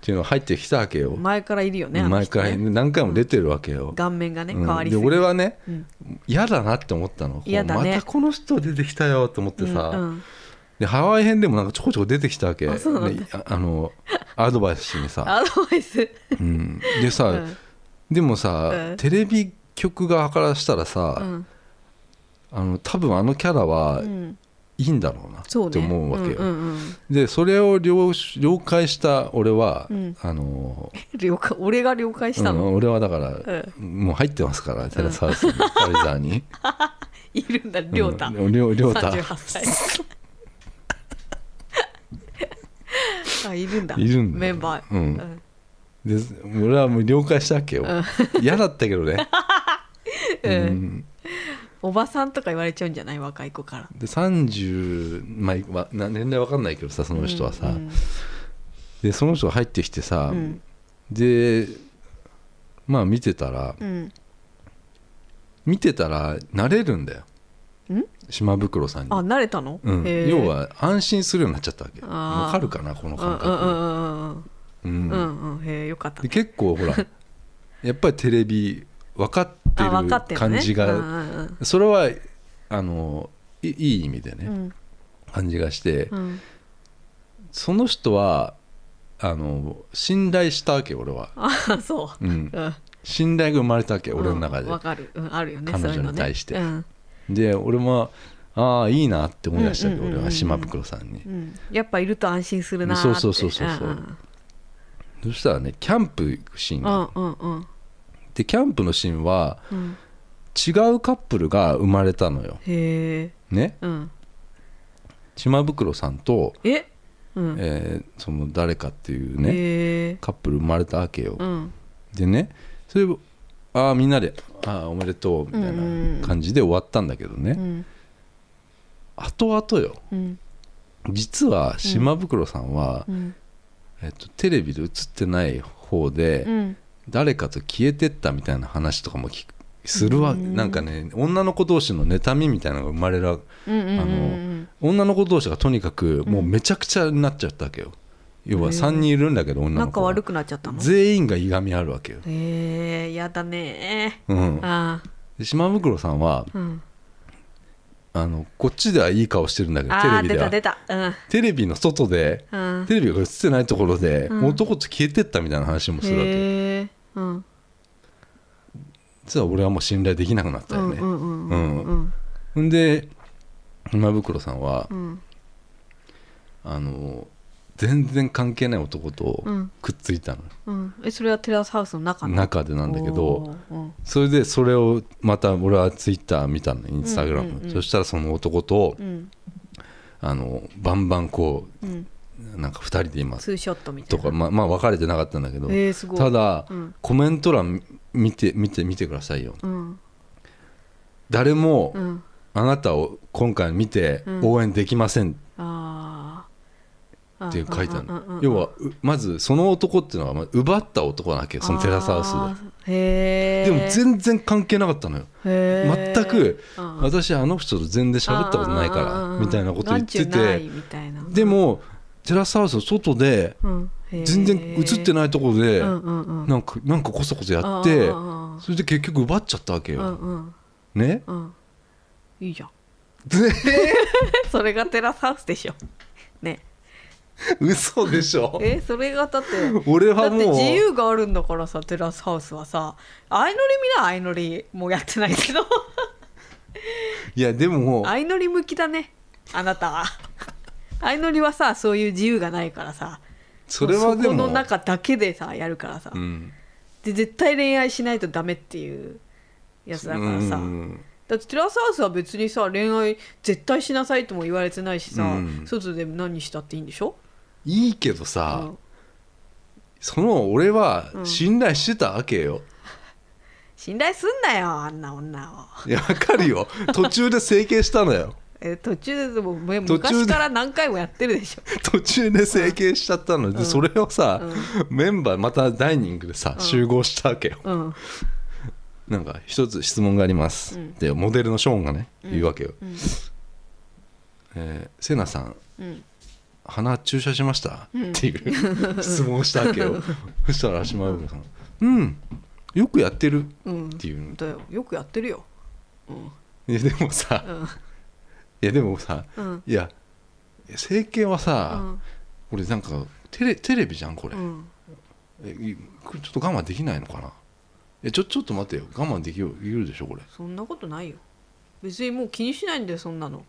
S1: ていうのが入ってきたわけ
S2: う
S1: よ、
S2: ん、前からいるよね
S1: 毎
S2: あの
S1: 回
S2: 人ね
S1: ね何回も出てるわけよ、
S2: 顔面がね
S1: うん
S2: 変わりす
S1: で
S2: ぎて
S1: 俺はね
S2: うん
S1: 嫌だなって思ったのこう
S2: 嫌だね
S1: またこの人出てきたよと思ってさ、
S2: うん
S1: でハワイ編でもなんかちょこちょこ出てきたわけ
S2: あそうなんだ
S1: でああのアドバイスにさ、
S2: アドバ イス、
S1: うん、でさ、
S2: うん
S1: でもさ、
S2: うん
S1: テレビ局側からしたら
S2: う
S1: さ、
S2: ん
S1: あの多分あのキャラは
S2: うん、
S1: いいんだろうなって
S2: そう
S1: 思
S2: ね
S1: うわけよ、
S2: うんうんうん、
S1: でそれを了了解した俺は、
S2: うん
S1: あのー
S2: 了解俺が了解した
S1: う
S2: の、
S1: ん俺はだから、もう入ってますからテラスハウスに軽井沢に
S2: いるんだ 亮太、
S1: うんりょうりょうた
S2: 38歳 あいるんだ
S1: いるんだよ
S2: メンバー、
S1: うんで俺はもう了解したわけよ嫌だったけどね、
S2: うん
S1: うん
S2: おばさんとか言われちゃうんじゃない若い子から
S1: で30、まあわな年代わかんないけどさその人はさ、
S2: うん
S1: でその人が入ってきてさ、
S2: うん
S1: でまあ見てたら
S2: うん
S1: 見てたら慣れるんだよ
S2: ん
S1: 島袋さんに
S2: あ慣れたの、
S1: うん
S2: へー
S1: 要は安心するようになっちゃったわけ
S2: あ
S1: わ
S2: ー
S1: かるかなこの
S2: うん
S1: 感
S2: うんう
S1: 覚、
S2: ん
S1: う
S2: うんんうんうんへえよかった
S1: で
S2: ね
S1: 結構 ほらやっぱりテレビ分かって
S2: あ分かって
S1: る
S2: るね
S1: 感じが、
S2: うんうん
S1: それはあのいいい意味でね、
S2: うん
S1: 感じがして、
S2: うん
S1: その人はあの信頼したわけ俺は、、
S2: あそううんうん
S1: 信頼が生まれたわけ俺の中で、
S2: わかるうんあるよね
S1: 彼女
S2: そういうのね
S1: に対して
S2: うん
S1: で俺もああいいなって思い出したけど、
S2: うんうんうんうん
S1: 俺は島袋さんに
S2: うん、やっぱいると安心するなーって
S1: そうそうそうそうそう
S2: うん
S1: そしたらねキャンプ行くシーン
S2: う
S1: が、
S2: んうんうん
S1: でキャンプのシーンは
S2: うん
S1: 違うカップルが生まれたのよ
S2: へえ
S1: ね
S2: うん
S1: 島袋さんと、
S2: えうん
S1: えーその誰かっていうね、
S2: へえ
S1: カップル生まれたわけよ、
S2: うん
S1: でねそれああみんなで「ああおめでとう」みたいな感じで終わったんだけどね、
S2: うん
S1: 後々よ
S2: うん
S1: 実は島袋さんは、
S2: うん
S1: えっと、テレビで映ってない方で、
S2: うん
S1: 誰かと消えてったみたいな話とかも聞くするわけ、
S2: うん
S1: なんかね女の子同士の妬みみたいなのが生まれるわ
S2: うんうんうんうん
S1: あの女の子同士がとにかくもううんめちゃくちゃになっちゃったわけよ、要
S2: へ
S1: は
S2: え
S1: 3人いるんだけど女の
S2: 仲
S1: 子が
S2: 悪くなっちゃったのへ
S1: 全員がいがみあるわけよ、
S2: えやだね
S1: うん
S2: ー、あー
S1: で島袋さんは
S2: うん
S1: あのこっちではいい顔してるんだけどテ
S2: あ
S1: レ
S2: ー
S1: ビで
S2: 出た
S1: は
S2: 出たうん
S1: テレビの外で
S2: うん
S1: テレビが映ってないところで、
S2: うん
S1: 男と消えてったみたいな話もするわけ
S2: へえうん
S1: 実は俺はもう信頼できなくなった
S2: う
S1: よ
S2: ん
S1: ね、
S2: うんうんうんうん
S1: ほんで島袋さんは
S2: う、ん
S1: あの全然関係ない男と
S2: うん
S1: くっついたの、
S2: うんえそれはテラスハウスの中の
S1: 中でなんだけど
S2: おーうん
S1: それでそれをまた俺はツイッター見たのインスタグラム、
S2: うんうんうん
S1: そしたらその男と
S2: うん
S1: あのバンバンこ
S2: う
S1: う
S2: ん
S1: なんか2人でいます
S2: ツーショットみた
S1: と
S2: いな
S1: かまあまあ別れてなかったんだけど、
S2: えー、すごい
S1: ただ、
S2: うん
S1: コメント欄見て見て見てくださいよ
S2: うん
S1: 誰も
S2: うん
S1: あなたを今回見て
S2: うん
S1: 応援できません
S2: あーあ
S1: って書いてある
S2: うんうんうんう
S1: の
S2: ん
S1: 要はうまずその男っていうのはまあ奪った男なわけよそのテラスハウスで
S2: あーへえ
S1: でも全然関係なかったのよ
S2: へー
S1: 全く
S2: うん
S1: 私あの人と全然喋ったことないか
S2: うんうんうん
S1: ら
S2: うん
S1: みたいなこと言って
S2: 眼中ない
S1: て
S2: みたいな
S1: で、もテラスハウスの外で
S2: うんへー
S1: 全然映ってないところで
S2: うん
S1: な
S2: うんうん
S1: んかなんかこそこそやって
S2: うんうん
S1: それで結局奪っちゃったわけ
S2: うん
S1: よ
S2: うん
S1: ね
S2: うんいいじゃん
S1: で
S2: それがテラスハウスでしょね
S1: 嘘でしょ
S2: えそれ がだって
S1: 俺
S2: だ
S1: は
S2: って
S1: もう
S2: 自由があるんだからさテラスハウスはさ相乗り見な相乗りもうやってな いけど
S1: いやでも
S2: 相乗り向きだねあなたは相乗りはさそういう自由がないからさ
S1: それはで
S2: そこ
S1: も
S2: の中だけでさやるからさ、
S1: うん
S2: で絶対恋愛しないとダメっていうやつだからさ、
S1: うん
S2: だってテラスハウスは別にさ恋愛絶対しなさいとも言われてないしさ、
S1: うん
S2: 外で何したっていいんでしょ
S1: いいけどさ、
S2: うん
S1: その俺は
S2: うん
S1: 信頼してたわけよ、
S2: 信頼すんなよあんな女を。
S1: いやわかるよ途中で整形したのよ
S2: え途中でもうめ
S1: 途中で
S2: 昔から何回もやってるでしょ。
S1: 途中で整形しちゃったので、
S2: うん
S1: それをさ、メンバーまたダイニングでさ、
S2: うん
S1: 集合したわけよ
S2: うん
S1: なんか一つ質問があります、
S2: うん
S1: でモデルのショーンがね、
S2: うん
S1: 言うわけよ、
S2: うん
S1: えー、セナさん
S2: うん
S1: 鼻注射しました、
S2: うん
S1: っていう 質問をしたわけよそしたら島村さん「うんよくやってる」
S2: うん
S1: っていう
S2: だよよくやってるよ。うん
S1: いやでもさ
S2: うん
S1: いやでもさ
S2: うん
S1: いや整形は
S2: う
S1: さ、
S2: ん
S1: 俺なんかテレテレビじゃんこれ、
S2: うん
S1: えいこれちょっと我慢できないのかなえちょちょっと待ってよ我慢できるできるでしょこれ
S2: そんなことないよ。別にもう気にしないんだよそんなの。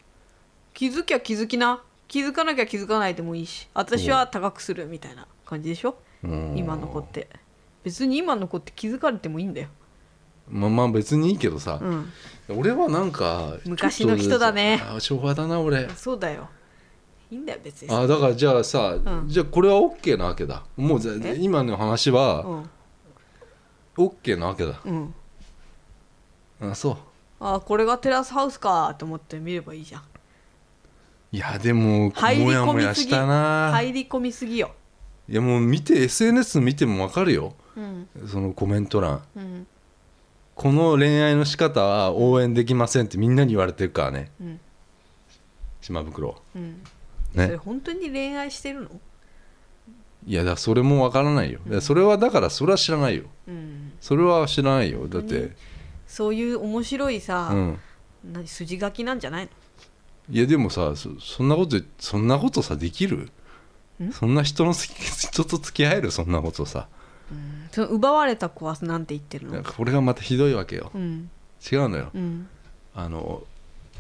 S2: 気づきゃ気づきな気づかなきゃ気づかないでもいいし私は高くするみたいな感じでしょ
S1: うん
S2: 今の子って。別に今の子って気づかれてもいいんだよ。
S1: まあまあ別にいいけどさ
S2: う、ん
S1: 俺はなんか
S2: 昔の人だね
S1: ちょっとあー昭和だな俺
S2: そうだよ。いいんだよ別に。
S1: あーだからじゃあさ、
S2: うん
S1: じゃあこれは OK なわけだもうぜ
S2: え
S1: 今の話
S2: う
S1: は
S2: ん
S1: OK なわけだ
S2: うん。
S1: あそう
S2: あこれがテラスハウスかと思って見ればいいじゃん
S1: いやでも
S2: 入り
S1: もや
S2: 込
S1: もや
S2: みす
S1: し
S2: ぎ
S1: たな、
S2: 入り込みすぎよ
S1: いやもう見て SNS 見てもわかるよ
S2: うん
S1: そのコメント欄
S2: うん
S1: この恋愛の仕方は応援できませんってみんなに言われてるからね
S2: うん
S1: 島袋
S2: うんそれ
S1: ね
S2: 本当に恋愛してるの
S1: いやだからそれもわからないよ、いやそれはだからそれは知らないよ
S2: うん
S1: それは知らないよだっ
S2: 本
S1: て
S2: そういう面白いさ
S1: う、ん
S2: 何筋書きなんじゃない
S1: いやでもさそそんなことそんなことさできる
S2: ん
S1: そんな人の好き人と付き合えるそんなことさ
S2: のその奪われた子はなんて言ってる
S1: なん
S2: の
S1: かこれがまたひどいわけよ
S2: うん
S1: 違うのよ
S2: うん
S1: あの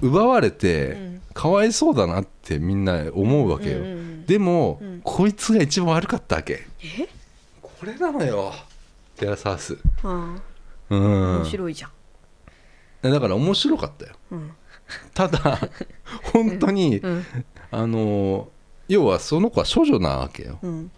S1: 奪われ
S2: う
S1: て
S2: ん
S1: かわいそうだなってみんな思うわけよ、
S2: うんうんうん
S1: でも、
S2: うん
S1: こいつが一番悪かったわけ
S2: え
S1: これなのよテラスハウス
S2: うん
S1: うん
S2: 面白いじゃん、
S1: だから面白かったよ
S2: うん
S1: た だ本当に、
S2: うん
S1: あのー要はその子は処女なわけよ
S2: うん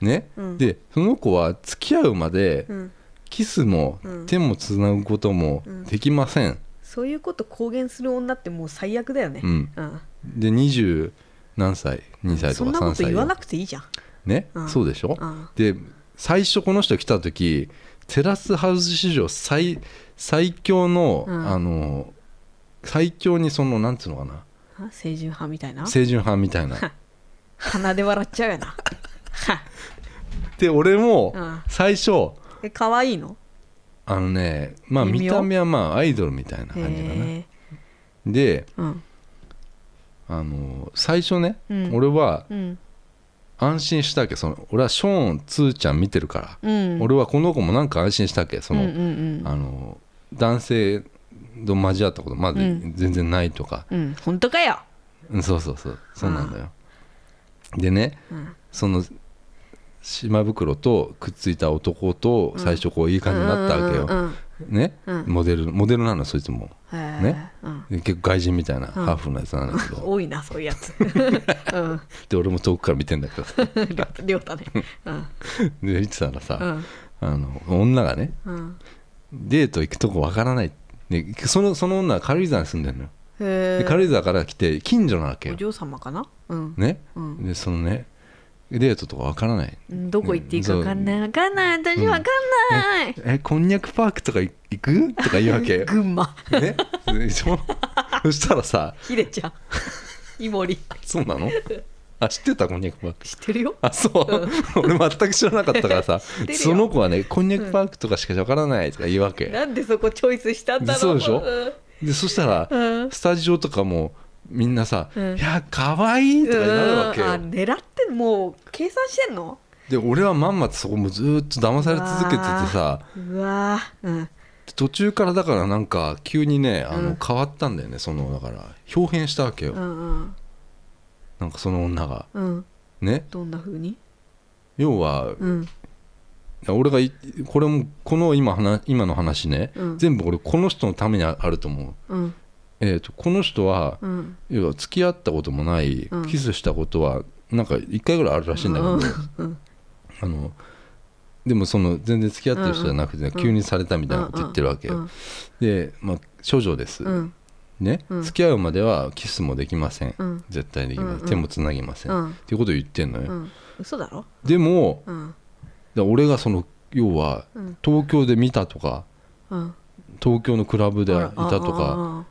S1: ね、
S2: うん
S1: でその子は付き合うまで
S2: うん
S1: キスも
S2: うん
S1: 手もつなぐことも
S2: うん
S1: できません、
S2: そういうこと公言する女ってもう最悪だよね
S1: うん
S2: うん
S1: で20何歳2歳と
S2: そ
S1: か
S2: んなこ
S1: 3
S2: と
S1: 歳
S2: 言わ
S1: よ
S2: なくていいじゃん
S1: ね、
S2: うん
S1: そうでしょ、
S2: うん
S1: で最初この人来た時テラスハウス史上最最強の、
S2: うん
S1: あのー最強にそのなんつうのかな
S2: あ清純派みたいな
S1: 清純派みたい な
S2: 鼻で笑っちゃうよな
S1: で俺も
S2: うん
S1: 最初、
S2: え可愛いの
S1: あのねまあ
S2: 微妙
S1: 見た目はまあアイドルみたいな
S2: へ
S1: 感じかな
S2: え
S1: で
S2: うん
S1: あの最初ね、
S2: うん
S1: 俺は
S2: うん
S1: 安心したわけその俺はショーンツーちゃん見てるから、
S2: うん
S1: 俺はこの子もなんか安心したわけその、
S2: うんうんうん
S1: あの男性と交わったことまだ
S2: うん
S1: 全然ないとか、
S2: うん本当かよ
S1: うんそうそうそうそうなんだよ、でね
S2: うん
S1: その島袋とくっついた男と最初こういい感じになったわけよ、
S2: うん
S1: ね、
S2: うん
S1: モデルモデルなのそいつも
S2: うんうんへ
S1: ね
S2: えうん
S1: で結構外人みたいな
S2: うん
S1: ハーフのやつなんだけど、
S2: 多いなそういうやつうん
S1: で俺も遠くから見てんだけど さ
S2: りょうたねうん
S1: で言ってたら
S2: う
S1: さ、
S2: ん
S1: あの女がね
S2: うん
S1: デート行くとこわからないでそのその女は軽井沢に住んでるのよ、
S2: へ
S1: で
S2: え
S1: 軽井沢から来て近所なわけ
S2: お
S1: よ、
S2: 嬢様かなうん
S1: ね
S2: うん
S1: でそのねデートとかわからない
S2: うんどこ行っていいか分かんない分かんない私分かんない
S1: えこんにゃくパークとか行くとか言うわけ よ、
S2: 群馬
S1: ね、 でそそしたらさ
S2: ひでちゃんイモリ
S1: そうなのあ知ってたこんにゃくパーク
S2: 知ってるよ
S1: あそう、俺全く知らなかったから さ
S2: てるよ
S1: その子はねこんにゃくパークとかしかわからないとか言うわけ、
S2: なんでそこチョイスしたんだろう
S1: そうでしょ
S2: うん
S1: でそしたら、
S2: うん
S1: スタジオとかもみんなさ「
S2: うん
S1: いや可愛いとかになるわけよ、
S2: うんあ狙ってもう計算してんの
S1: で俺はまんまとそこもずーっと騙され続けててさ
S2: うわーうん
S1: 途中からだからなんか急にねあ
S2: うん
S1: の変わったんだよね、そのだから表変したわけよ、
S2: うんうん
S1: なんかその女が
S2: うん
S1: ね
S2: どんな風に
S1: 要は
S2: うん
S1: 俺がいこれもこの今話今の話ね、
S2: うん
S1: 全部俺この人のためにああると思う、
S2: うん
S1: えー、とこの人は、
S2: うん
S1: 要は付き合ったこともない、
S2: うん
S1: キスしたことはなんか1回ぐらいあるらしいんだけど、
S2: うん
S1: あのでもその全然付き合ってる人じゃなくて、
S2: んうん
S1: 急にされたみたいなこと言ってるわけよ、
S2: うん
S1: で、まあ、処女です、
S2: うん
S1: ね、
S2: うん
S1: 付き合うまではキスもできません、
S2: うん
S1: 絶対できません、
S2: うんうん
S1: 手もつなぎません、
S2: うん
S1: っていうことを言ってんのよ、
S2: うん嘘だろ
S1: でも
S2: うん
S1: だ俺がその要は
S2: うん
S1: 東京で見たとか
S2: うん
S1: 東京のクラブでいた
S2: あら
S1: とか
S2: あああ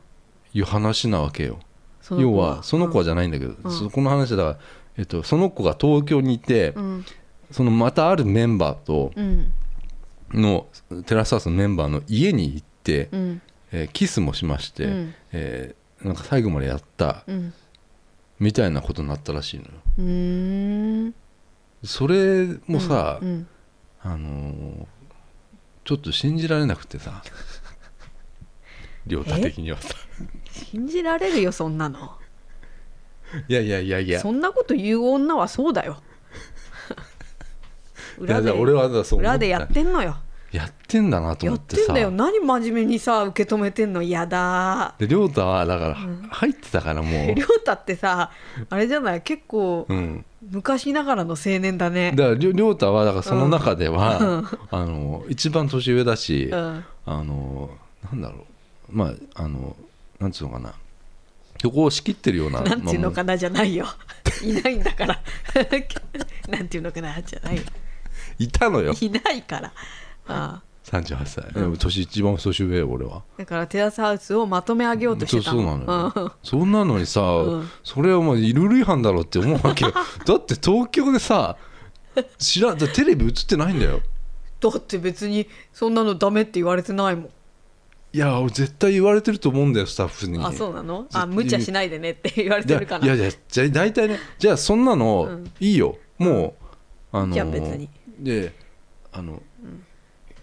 S1: いう話なわけよ
S2: その子
S1: 要はその子はじゃないんだけど、
S2: うん
S1: そこの話だから、えっと、その子が東京にいて、
S2: うん
S1: そのまたあるメンバーと
S2: うん
S1: のテラスハウスのメンバーの家に行って、
S2: うん
S1: えーキスもしまして、
S2: うん
S1: えーなんか最後までやった
S2: うん
S1: みたいなことになったらしいのよ
S2: うーん
S1: それもさ、
S2: うん
S1: あのーちょっと信じられなくて さ亮太的にはさ
S2: 信じられるよそんなの
S1: いやいやいやいや
S2: そんなこと言う女はそうだよ裏
S1: いや
S2: で
S1: いや俺はだそう思った
S2: 裏でやってんのよ
S1: やってんだなと
S2: や
S1: 思っ
S2: っててん
S1: さ
S2: だよ何真面目にさ受け止めてんのやだ
S1: で亮太はだから、入ってたからも
S2: ー亮
S1: う、
S2: 太ってさあれじゃない結構
S1: うん、
S2: 昔ながらの青年だね
S1: だからりょ亮太はだからその中では、あの一番年上だし、
S2: うん
S1: あのなんだろうまああのなんつうのかなそこを仕切ってるような
S2: なんていう
S1: ま
S2: の
S1: あ
S2: かなじゃないよいないんだから なんていうのかなじゃないよ
S1: もういたのよ
S2: いないからああ
S1: 38歳、でも年一番年上よ俺は
S2: だからテラスハウスをまとめ上げようとしてた
S1: そうそうなのよ、
S2: うん
S1: そんなのにさ、
S2: うん
S1: それはもうルール違反だろって思うわけよだって東京でさ知らんだテレビ映ってないんだよ
S2: だって別にそんなのダメって言われてないもん
S1: いや俺絶対言われてると思うんだよスタッフに
S2: あそうなの
S1: ず
S2: あ無茶しないでねって言われ
S1: じ
S2: て
S1: ゃ
S2: る
S1: い
S2: か
S1: や
S2: ない
S1: やじゃあ大体ねじゃあそんなの、
S2: うん
S1: いいよもう、あのー
S2: じゃあ別に
S1: であの、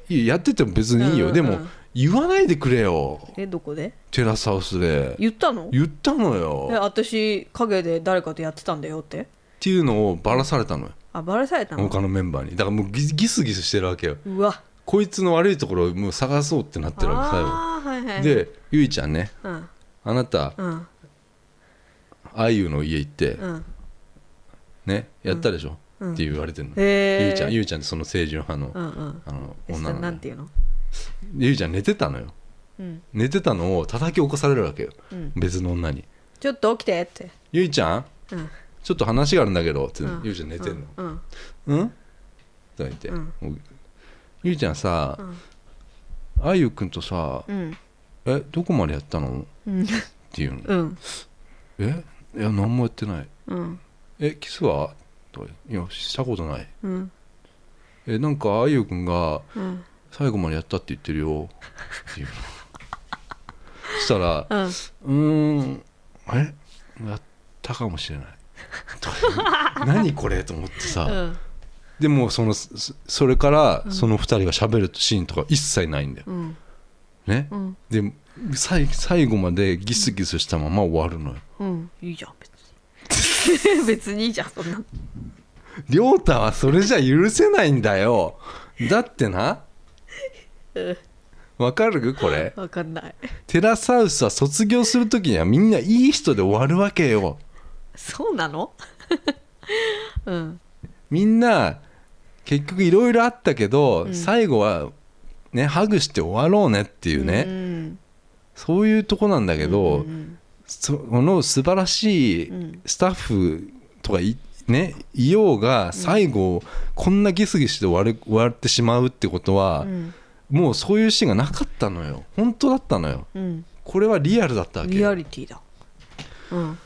S1: いややってても別にいいよ、
S2: うんうん
S1: でも言わないでくれよ
S2: えどこで
S1: テラスハウスで
S2: 言ったの
S1: 言ったの
S2: え
S1: よっ
S2: 私影で誰かとやってたんだよって
S1: ていうのをばらされたのよ
S2: あバラされたの
S1: 他のメンバーにだからもうギギスギスしてるわけよ
S2: うわ
S1: こいつの悪いところをもう探そうってなってるわ
S2: ああはい
S1: け最
S2: はい
S1: 後でゆいちゃんね
S2: うん
S1: あなた
S2: うん
S1: あゆの家行って
S2: うん
S1: ねやったでしょ、
S2: うん
S1: って言われてるの、
S2: へえ
S1: ゆいちゃんゆいちゃんってその清純派の,、
S2: うんうん
S1: あの
S2: えそ
S1: 女
S2: れな
S1: の
S2: ん
S1: 子
S2: ていうの
S1: ゆいちゃん寝てたのよ
S2: うん
S1: 寝てたのを叩き起こされるわけよ
S2: うん
S1: 別の女に
S2: ちょっと起きてって
S1: 「ゆいちゃん
S2: うん
S1: ちょっと話があるんだけど」って、
S2: うん
S1: ゆいちゃん寝てんの
S2: うん
S1: 「うん?」とか言って、
S2: うん
S1: もうゆいちゃんさ、
S2: うん
S1: あゆくんとさ
S2: うん
S1: 「えどこまでやったの?」
S2: うん
S1: っていうの
S2: うん
S1: 「えいや何もやってない」
S2: うん
S1: 「えキスは?」とか「いやしたことない」
S2: うん
S1: 「えなんかあゆくんが
S2: うん
S1: 最後までやったって言ってるよ」っていうのそしたら
S2: う
S1: 「
S2: ん
S1: うーんえやったかもしれ ない」とか言う何これと思ってさ、
S2: うん
S1: でもそのそそれからその2人が喋るシーンとか一切ないんだよ、
S2: うん
S1: ね
S2: うん
S1: で最最後までギスギスしたまま終わるのよ
S2: うんいいじゃん別に 別にいいじゃんそんな
S1: 亮太はそれじゃ許せないんだよだってな
S2: うん
S1: わかるこれ
S2: わかんない
S1: テラサウスは卒業する時にはみんないい人で終わるわけよ
S2: そうなの うん
S1: みんな結局いろいろあったけど、
S2: うん
S1: 最後はねハグして終わろうねっていうね、
S2: うん
S1: そういうとこなんだけど、
S2: うんうん
S1: そこの素晴らしい
S2: うん
S1: スタッフとかい,、ね、いようが最後こんなギスギスで終わる終わってしまうってことは、
S2: うん
S1: もうそういうシーンがなかったのよ本当だったのよ
S2: うん
S1: これはリアルだったわけ
S2: リア
S1: よ
S2: リティだうん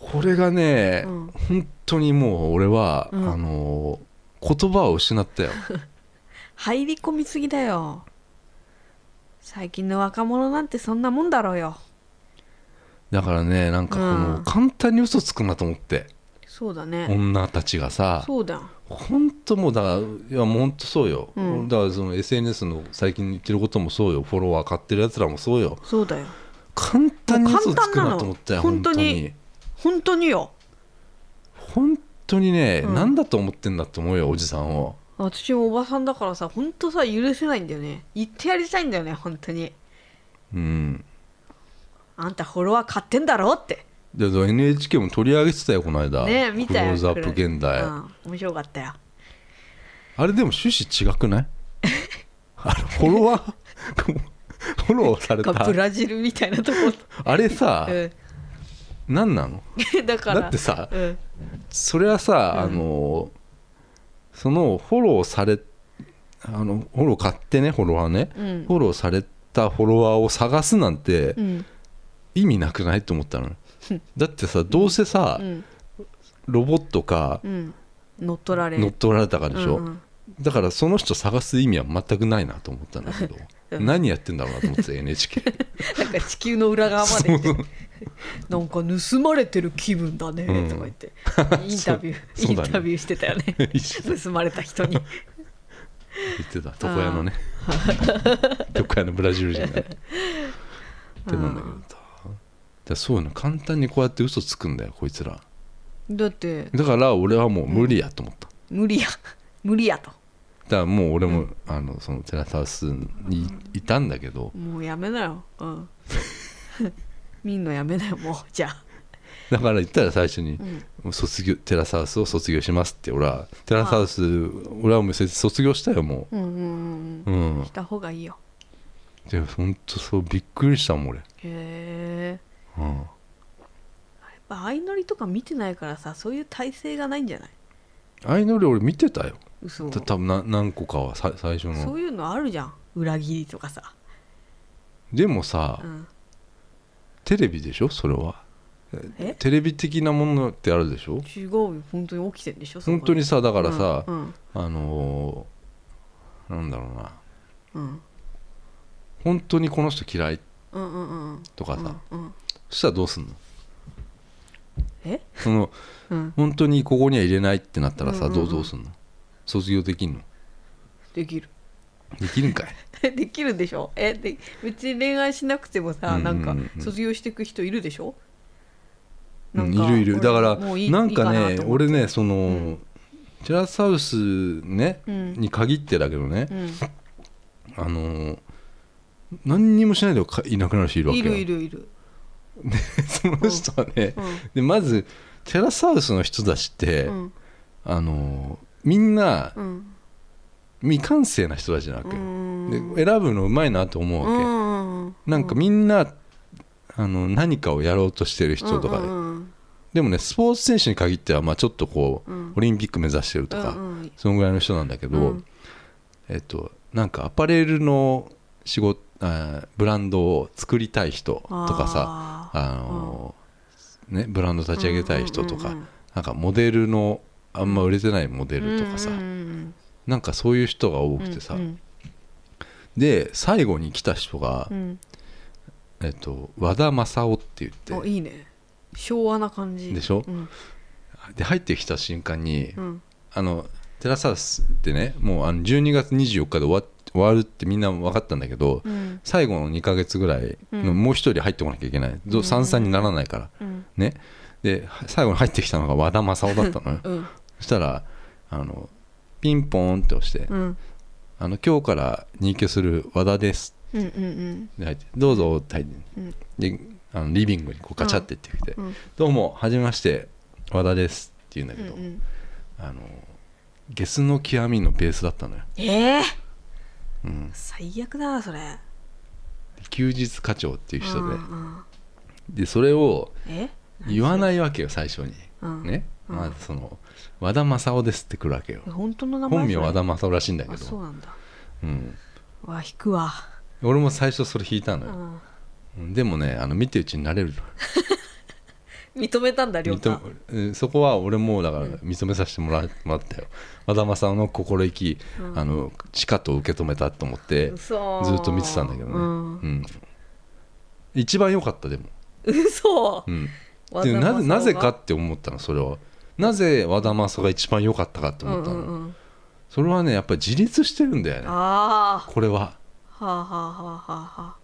S1: これがね、
S2: うん
S1: 本当にもう俺は、
S2: うん
S1: あのー言葉を失ったよ
S2: 入り込みすぎだよ最近の若者なんてそんなもんだろうよ
S1: だからねなんかこ
S2: う
S1: の
S2: ん
S1: 簡単に嘘つくなと思って、
S2: そうだね
S1: 女たちがさ
S2: そうだよ
S1: 本当もうだからいやもう本当そうよ、
S2: うん
S1: だからその SNS の最近言ってることもそうよフォロワー買ってるやつらもそうよ
S2: そうだよ
S1: 簡単に嘘つく
S2: 簡単な
S1: な
S2: の
S1: と思ったよ本
S2: 本
S1: 当
S2: 当
S1: に
S2: に本当によ
S1: 本当にね、
S2: うん
S1: 何だと思ってんだと思うよおじさんを
S2: 私もおばさんだからさ本当さ許せないんだよね言ってやりたいんだよね本当に
S1: うん
S2: あんたフォロワー買ってんだろうって
S1: で NHK も取り上げてたよこの間
S2: ね見たよ
S1: クローズアップ現代、
S2: うん面白かったよ
S1: あれでも趣旨違くない あれフォロワー フォローされ
S2: がブ
S1: た
S2: ラジルみたいなとこ
S1: あれさ、
S2: うん
S1: 何なの
S2: だから
S1: だってさ
S2: うん
S1: それはさ、
S2: うん
S1: あのそのフォローされあのフォロー買ってねフォロワーね、
S2: うん
S1: フォローされたフォロワーを探すなんて、
S2: うん
S1: 意味なくないと思ったのねだってさどうせさ、
S2: うん
S1: ロボットか
S2: うん乗っ取られる
S1: 乗っ取られたかでしょ、
S2: うんうん
S1: だからその人探す意味は全くないなと思ったんだけど、
S2: うん
S1: 何やってんだろうなと思って NHK
S2: なんか地球の裏側まで行って
S1: そう
S2: なんか盗まれてる気分だね
S1: うん
S2: とか 言って、インタビュ
S1: そうそ
S2: ー、
S1: うだね
S2: インタビューしてたよね盗まれた人 に
S1: 言ってた床屋のね 床屋のブラジル人がねってなんだけどさだからそういうの簡単にこうやって嘘つくんだよこいつら
S2: だって
S1: だから俺はもう無理やと思った、
S2: 無理や無理やと
S1: だからもう俺も、あのそのテラサウスにいたんだけど
S2: もうやめなようん 見んのやめなよもうじゃあ
S1: だから言ったら最初に、
S2: ん
S1: もう卒業テラサウスを卒業しますって俺はテラサウス俺はもう卒業したよも
S2: うんうんうん
S1: ううん
S2: した方がいいよ
S1: でもほんとそうびっくりしたもん俺、
S2: へえ
S1: うん、
S2: やっぱ相乗りとか見てないからさそういう体制がないんじゃない
S1: 相乗り俺見てたよ
S2: 嘘
S1: た多分な何個かはさ最初
S2: そ
S1: の
S2: ういうのあるじゃん裏切りとかさ、
S1: でもさ、
S2: うん、
S1: テレビでしょそれは
S2: え
S1: テレビ的なものってあるでしょ
S2: 違うよ本当に起きてんでしょそこ
S1: 本当にさだからさ、
S2: うん
S1: あのーなんだろうな
S2: うん
S1: 本当にこの人嫌い
S2: うんうんうんうん
S1: とかさ、
S2: うんうん
S1: そしたらどうすんの
S2: え
S1: その
S2: うん
S1: 本当にここには入れないってなったらさ、
S2: うんうん
S1: ど
S2: う
S1: うんどうすんの卒業できんの
S2: できる
S1: できるんかい
S2: できるでしょえで別に恋愛しなくてもさ、
S1: うんうんうんうん
S2: なんか卒業していく人いるでしょ
S1: うんいるいるだから
S2: もういい
S1: なんか
S2: いい
S1: ね
S2: なと思って
S1: 俺ねその、
S2: ん
S1: テラスハウスね、
S2: うん
S1: に限ってだけどね
S2: う、ん
S1: あのー何にもしないでかいなくなる人いるわけ
S2: い
S1: よ
S2: るいるいる、
S1: その人はね、
S2: うん
S1: でまずテラスハウスの人たちって、
S2: うん
S1: あのーみんな
S2: うん
S1: 未完成な人たちなわけ
S2: う
S1: よ、
S2: ん
S1: で選ぶのうまいなと思うわけ、なんかみんなあの何かをやろうとしてる人とかで、
S2: うんうん
S1: でもねスポーツ選手に限っては、まあ、ちょっとこう、
S2: うん
S1: オリンピック目指してるとか、
S2: うんうん
S1: そのぐらいの人なんだけど、
S2: うん
S1: えっとなんかアパレルの仕事あーブランドを作りたい人とかさ
S2: あー
S1: あのーね、ブランド立ち上げたい人とか、
S2: うんうんうんうん
S1: なんかモデルのあんま売れてないモデルとかさ、
S2: うんうん
S1: なんかそういう人が多
S2: うん
S1: くてさ、
S2: うん
S1: で最後に来た人が、
S2: うん
S1: えっと、和田正夫って言っ
S2: お
S1: て
S2: いいね昭和な感じ
S1: でしょ
S2: うん
S1: で入ってきた瞬間に、
S2: うん
S1: あのテラスハウスってねもうあの12月24日で終わ終わるってみんな分かったんだけど、
S2: うん
S1: 最後の2ヶ月ぐらいの、
S2: うん
S1: もう一人入ってこなきゃいけないど
S2: うん
S1: 三々にならないから、
S2: うん
S1: ねでは最後に入ってきたのが和田正夫だったの よ
S2: うん
S1: そしたらあのピンポーンって押して、
S2: うん
S1: あの「今日から入居する和田です
S2: うんうん」
S1: で入って「どうぞ」って入って
S2: うん
S1: であのリビングにこうガチャってってきて「
S2: うん
S1: どうもはじめまして和田です」って言うんだ
S2: う
S1: け
S2: ん
S1: ど、
S2: うん
S1: あのゲスの極みのベースだったのよ、
S2: ええ
S1: うん、
S2: 最悪だなそれ
S1: 休日課長っていう人で、
S2: うんうん
S1: でそれを
S2: え
S1: 言わないわけよ最初に、
S2: うん
S1: ね、
S2: うん
S1: まあその和田正夫ですって来るわけよ
S2: 本当の名前
S1: 本名
S2: それ
S1: 和田正夫らしいんだけ
S2: あそう
S1: ど、
S2: なんだ
S1: うん、
S2: うわ引くわ
S1: 俺も最初それ弾いた
S2: う
S1: のよ、
S2: ん
S1: でもねあの見てるうちに慣れる
S2: 認めたんだ亮太
S1: 認めうんそこは俺もだから認めさせてもら,、もらったよ和田正夫の心意気、
S2: うん
S1: あのしかと受け止めたと思ってず
S2: 嘘
S1: っと見てたんだけどね、
S2: う
S1: うんん一番良かったでも、
S2: 嘘
S1: うん、
S2: わ
S1: で
S2: ざわざ
S1: なぜなぜかって思ったのそれはなぜ和田正が一番良かったかって
S2: うん
S1: 思った
S2: う
S1: の、
S2: んうん
S1: それはねやっぱり自立してるんだよね
S2: あ
S1: これは
S2: あはあはあはあはあはあ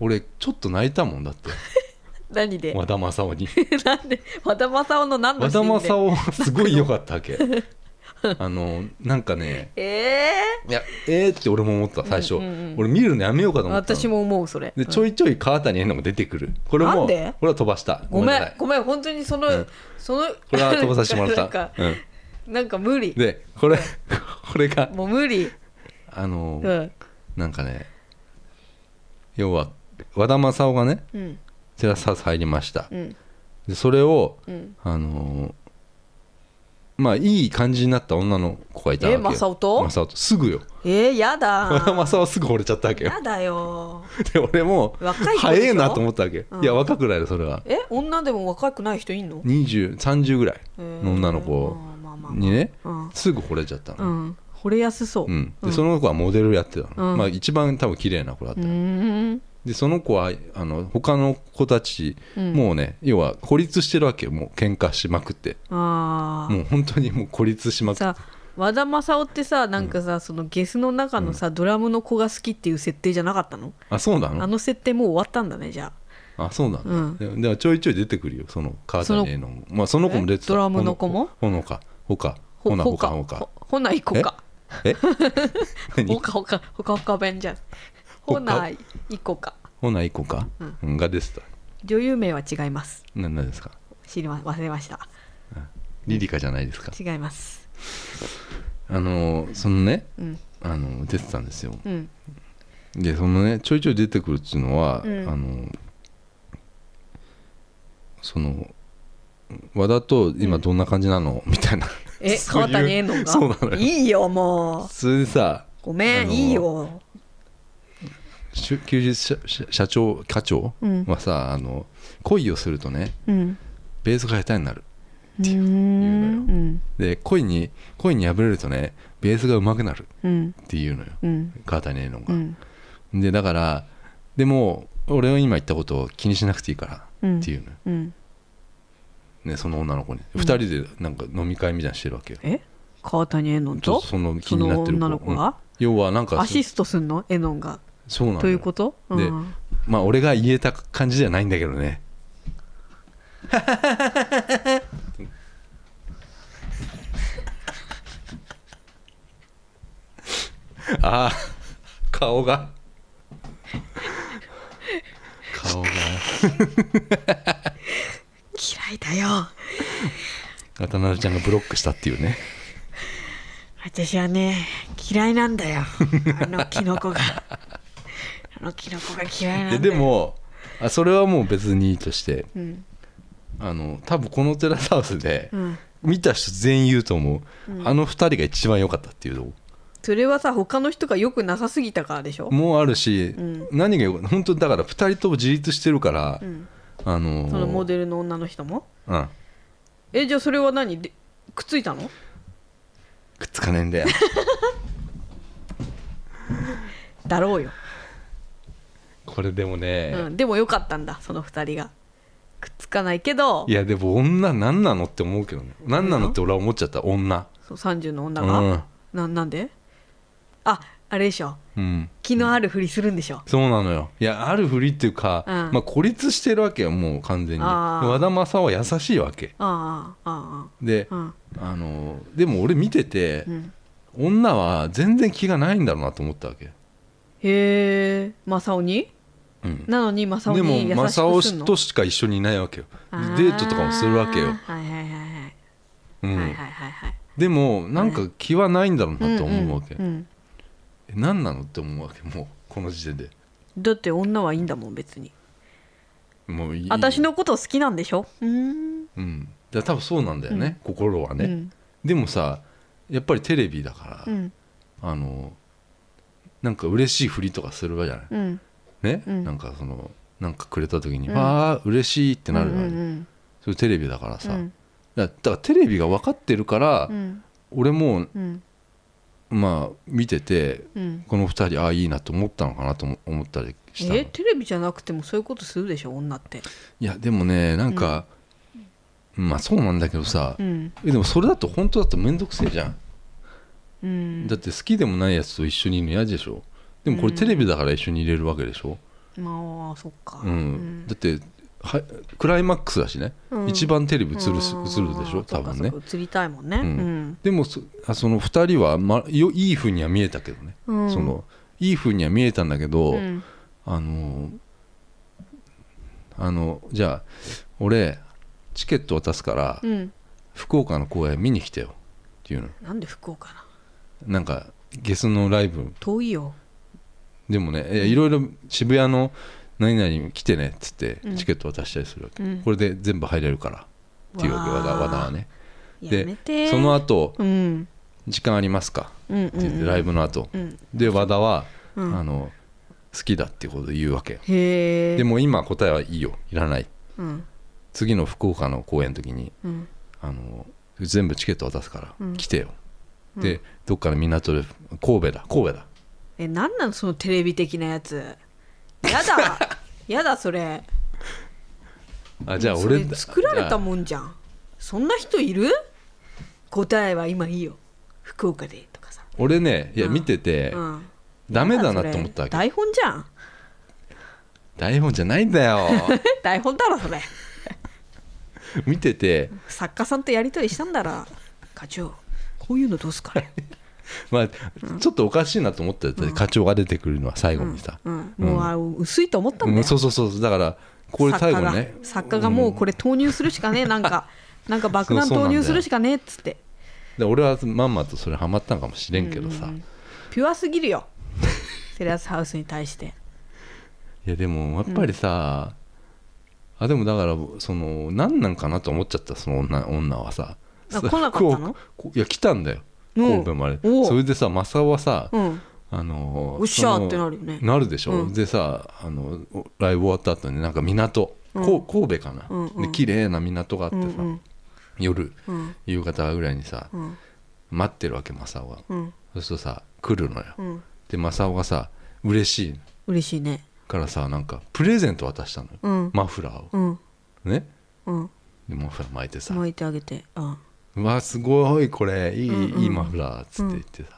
S1: 俺ちょっと泣いたもんだって
S2: 何で
S1: 和田正夫 に
S2: なんで和田正夫の何の
S1: 和
S2: シー
S1: 田
S2: ンで
S1: 正夫はすごい良かったわ けあのなんかね
S2: え
S1: いやえー、って俺も思った最初、
S2: うんうんうん
S1: 俺見るのやめようかと
S2: え
S1: 思ったの
S2: 私も思うそれ
S1: でちょいちょい川谷絵音も出てくるこれ
S2: なん
S1: も
S2: で
S1: 俺は飛ばした
S2: ご
S1: な
S2: め
S1: さい
S2: んごめん本当にその、
S1: うん
S2: その
S1: これは飛ばさせてもらっ
S2: なんか
S1: た、うん、
S2: なんか無理
S1: でこれこれが
S2: もう無理
S1: あの、
S2: うん
S1: なんかね要は和田正夫がね
S2: うん
S1: テラスハウス入りました
S2: うん
S1: でそれを
S2: うん
S1: あのーまあいい感じになった女の子がいたわけよ
S2: え正夫と
S1: 正夫すぐよ
S2: えー、や
S1: 和田
S2: だ
S1: 正夫すぐ惚れちゃったわけよ
S2: やだよ
S1: で俺も
S2: 若い子でしょ
S1: 早えなと思ったわけ、
S2: うん
S1: いや若くないよそれは
S2: え女でも若くない人いんの
S1: 2030ぐらいの
S2: の
S1: 女の子にねすぐ惚れちゃった
S2: う
S1: の、
S2: ん惚れやすそう
S1: う
S2: うんう
S1: でその子はモデルやってたの、
S2: うん
S1: まあ一番多分綺麗な子だった、
S2: ーん
S1: でその子はあの他の子たち、
S2: うん
S1: もうね要は孤立してるわけよもう喧嘩しまくって
S2: あ
S1: もう本当にもう孤立しま
S2: あ
S1: くって
S2: さ和田正夫ってさなんかさそのゲスの中のさドラムの子が好きっていう設定じゃなかったの
S1: あそうな
S2: あ
S1: の
S2: の設定もう終わったんだねじゃ
S1: あそうなの、
S2: うん
S1: ででもちょいちょい出てくるよその母ちゃんへのまあその子も出てた
S2: えドラムの子も
S1: ほのかほか
S2: ほ
S1: ほなほか
S2: ほ
S1: ほ
S2: か
S1: か
S2: ほほないこか
S1: え
S2: ほ
S1: 何
S2: かほかほかほか弁じゃん
S1: ほ
S2: ほ
S1: か
S2: ないいこか
S1: ほないこか、
S2: うん
S1: うん、が出てた
S2: 女優名は違います
S1: な何ですか
S2: 知りま忘れました
S1: リリカじゃないですか
S2: 違います
S1: あのーそのね
S2: うん
S1: あのー出てたんですよ
S2: うん
S1: でそのねちょいちょい出てくるっていうのは、
S2: うん
S1: あのーその和田と今どんな感じなの、みたいな
S2: え
S1: そういう
S2: 川谷絵音が
S1: そうなのよ
S2: いいよもう
S1: それでさ
S2: ごめん、
S1: あの
S2: いいよ。
S1: しゅ休日社社社長課長
S2: うん
S1: はさ、あの恋をするとね
S2: うん。
S1: ベースが下手になる
S2: ううん。
S1: で恋に恋に破れるとねベースが上手くなる
S2: うん。
S1: っていうのよ
S2: うん。
S1: 川谷絵音
S2: う
S1: が、
S2: ん。
S1: でだからでも俺は今言ったことを気にしなくていいか
S2: う
S1: ら
S2: ん
S1: っていうのよ、
S2: うん。
S1: ね、その女の子に
S2: うん
S1: 2人でなんか飲み会みたいなのしてるわけよ、
S2: え。川谷絵音
S1: ちょっ
S2: と
S1: とその気
S2: そ
S1: に
S2: の
S1: なってる子
S2: 女の子
S1: うん
S2: が
S1: 要はなんか
S2: アシストすんの絵音が
S1: そうなんだ
S2: と
S1: よ
S2: いうこと
S1: で
S2: うん
S1: まあ俺が言えた感じじゃないんだけどね ああ顔が顔が
S2: 嫌いだよ
S1: 渡辺ちゃんがブロックしたっていうね
S2: 私はね嫌いなんだよ あのキノコがあのキノコが嫌いなんだ
S1: で
S2: よ
S1: で、もあそれはもう別にいいとして
S2: うん
S1: あの多分このテラスハウスで
S2: うん、
S1: 見た人全員言うと思う、あの2人が一番良かったっていうとこ
S2: それはさ他の人がよくなさすぎたからでしょ、
S1: もうあるし、
S2: うん
S1: 何がよ本当にだから2人とも自立してるから、
S2: うん、
S1: あのー
S2: そのモデルの女の人も
S1: うん
S2: えじゃあそれは何でくっついたの
S1: くっつかねえ んだよ
S2: だろうよ、
S1: これでもね、
S2: うん、でもよかったんだその2人がくっつかないけど
S1: いやでも女何なのって思うけどね何なのって俺は思っちゃった女
S2: そう30の
S1: う
S2: 女が、
S1: ん、
S2: ななんでああれでしょ
S1: うん、
S2: 気のあるふりするんでしょ、
S1: そうなのよいやあるふりっていうか、
S2: うん
S1: まあ、孤立してるわけよもう完全に
S2: あー
S1: 和田正は優しいわけ
S2: あああ
S1: で
S2: ああ、あ
S1: あのーでも俺見てて
S2: う、ん、
S1: 女は全然気がないんだろうなと思ったわけ、
S2: へえ正雄に
S1: うん、
S2: なのに正雄
S1: でも
S2: に優しく
S1: 正
S2: すん
S1: 雄
S2: の
S1: としか一緒にいないわけよデートとかもするわけよ、
S2: あーはいはいはいはい、
S1: うん
S2: はいはいはいはい
S1: でもなんか気はないんだろうなと思うわけ、
S2: んん
S1: え何なのって思うわけもうこの時点で
S2: うんだって女はいいんだもん別に
S1: もういい
S2: 私、のこと好きなんでしょうーん
S1: うん、だから多分そうなんだよね、心は
S2: う
S1: ね、
S2: ん
S1: でもさやっぱりテレビだから、
S2: うん
S1: あのなんか嬉しいふりとかするわじゃない、
S2: うん
S1: ね、
S2: うん
S1: なんかそのなんかくれた時に「
S2: うん
S1: わあ嬉しい」ってなるの
S2: う
S1: よ、
S2: んうん
S1: それテレビだからさ、
S2: うん
S1: だだからテレビが分かってるから、
S2: うん
S1: 俺も
S2: うん
S1: まあ見てて
S2: うん
S1: この2人ああいいなと思ったのかなとも思ったりしたの
S2: えテレビじゃなくてもそういうことするでしょ女って
S1: いやでもねなんか、まあそうなんだけどさ、
S2: うん
S1: えでもそれだと本当だと面倒くせえじゃん、
S2: うん
S1: だって好きでもないやつと一緒にいるの嫌でしょでもこれ
S2: うん
S1: テレビだから一緒にいれるわけでしょ、
S2: まあそっか
S1: うんだってはクライマックスだしね、
S2: うん
S1: 一番テレビ映るし映るで
S2: うん
S1: しょ多分ね
S2: そうかそうか映りたいもんねう
S1: うん
S2: ん
S1: でもそあその2人は、ま、よいいふうには見えたけどね、
S2: うん
S1: そのいいふうには見えたんだけど、
S2: うん
S1: あのあのじゃあ俺チケット渡すから
S2: うん
S1: 福岡の公演見に来てよっていうの
S2: なんで福岡な
S1: なんかゲスのライブ
S2: 遠いよ
S1: でもねいやいろいろ渋谷の何々来てねっつって
S2: うん
S1: チケット渡したりするわけ、
S2: うん
S1: これで全部入れるからっていうわけ和田
S2: わあ
S1: 和田はね
S2: やめて
S1: その後
S2: うん
S1: 時間ありますか?」
S2: うん
S1: って言ってライブの後、
S2: うん
S1: で和田は、
S2: うん
S1: あの好きだっていうことを言うわけよ
S2: へえ
S1: でも今答えはいいよいらない
S2: うん
S1: 次の福岡の公演の時に
S2: うん
S1: あの全部チケット渡すから、
S2: うん
S1: 来てよ、でどっかの港で神戸だ神戸だ
S2: えなんなんそのテレビ的なやつやだ やだそれ
S1: あじゃあ
S2: それ
S1: 俺
S2: 作られた
S1: ん
S2: もんじゃんそんな人いる答えは今いいよ福岡でとかさ、
S1: 俺ねいや
S2: うん
S1: 見てて、
S2: うん、
S1: ダメだな
S2: それ
S1: と思ったわけ
S2: 台本じゃん
S1: 台本じゃないんだよ
S2: 台本だろそれ
S1: 見てて
S2: 作家さんとやり取りしたんだら課長こういうのどう すかね、
S1: まあちょっとおかしいなと思ってて、課長が出てくるのは最後にさ、
S2: うん、もうあ薄いと思ったんだ
S1: う
S2: よ
S1: んそうそうそうだからこれ最
S2: 作家
S1: 後
S2: が
S1: ね
S2: 作家がもうこれ投入するしかねえなん かなんか爆弾
S1: そうそう
S2: 投
S1: なんだよ
S2: 入するしかねえっつって
S1: で俺はまんまとそれハマったんかもしれんけどさ、い
S2: ピュアすぎるよテラスハウスに対して
S1: やでもやっぱりさ、あでもだからその何なんかなと思っちゃったその女女はさ
S2: あ来なかったの
S1: こういや来たんだよ
S2: うん
S1: 神戸まで
S2: おう
S1: それでさ正雄はさ、
S2: うん
S1: あの
S2: おっしゃー
S1: その
S2: ってなるよね
S1: なるでしょ、
S2: うん
S1: でさあのおライブ終わった後になんか港、
S2: うん
S1: こう神戸かな、
S2: うんうん
S1: で綺麗な港があって
S2: うん
S1: さ、
S2: うん
S1: 夜
S2: うん
S1: 夕方ぐらいにさ
S2: うん
S1: 待ってるわけ正雄が
S2: うん
S1: そうするとさ来るのよ
S2: うん
S1: で正雄がさ嬉しい
S2: 嬉しいね
S1: からさなんかプレゼント渡したのよ
S2: うん
S1: マフラーを
S2: うん
S1: ね
S2: うん
S1: でマフラー巻いてさ
S2: 巻いてあげてうん
S1: うわすごいこれいい,、
S2: うんうん
S1: いいマフラーっつって言ってさ、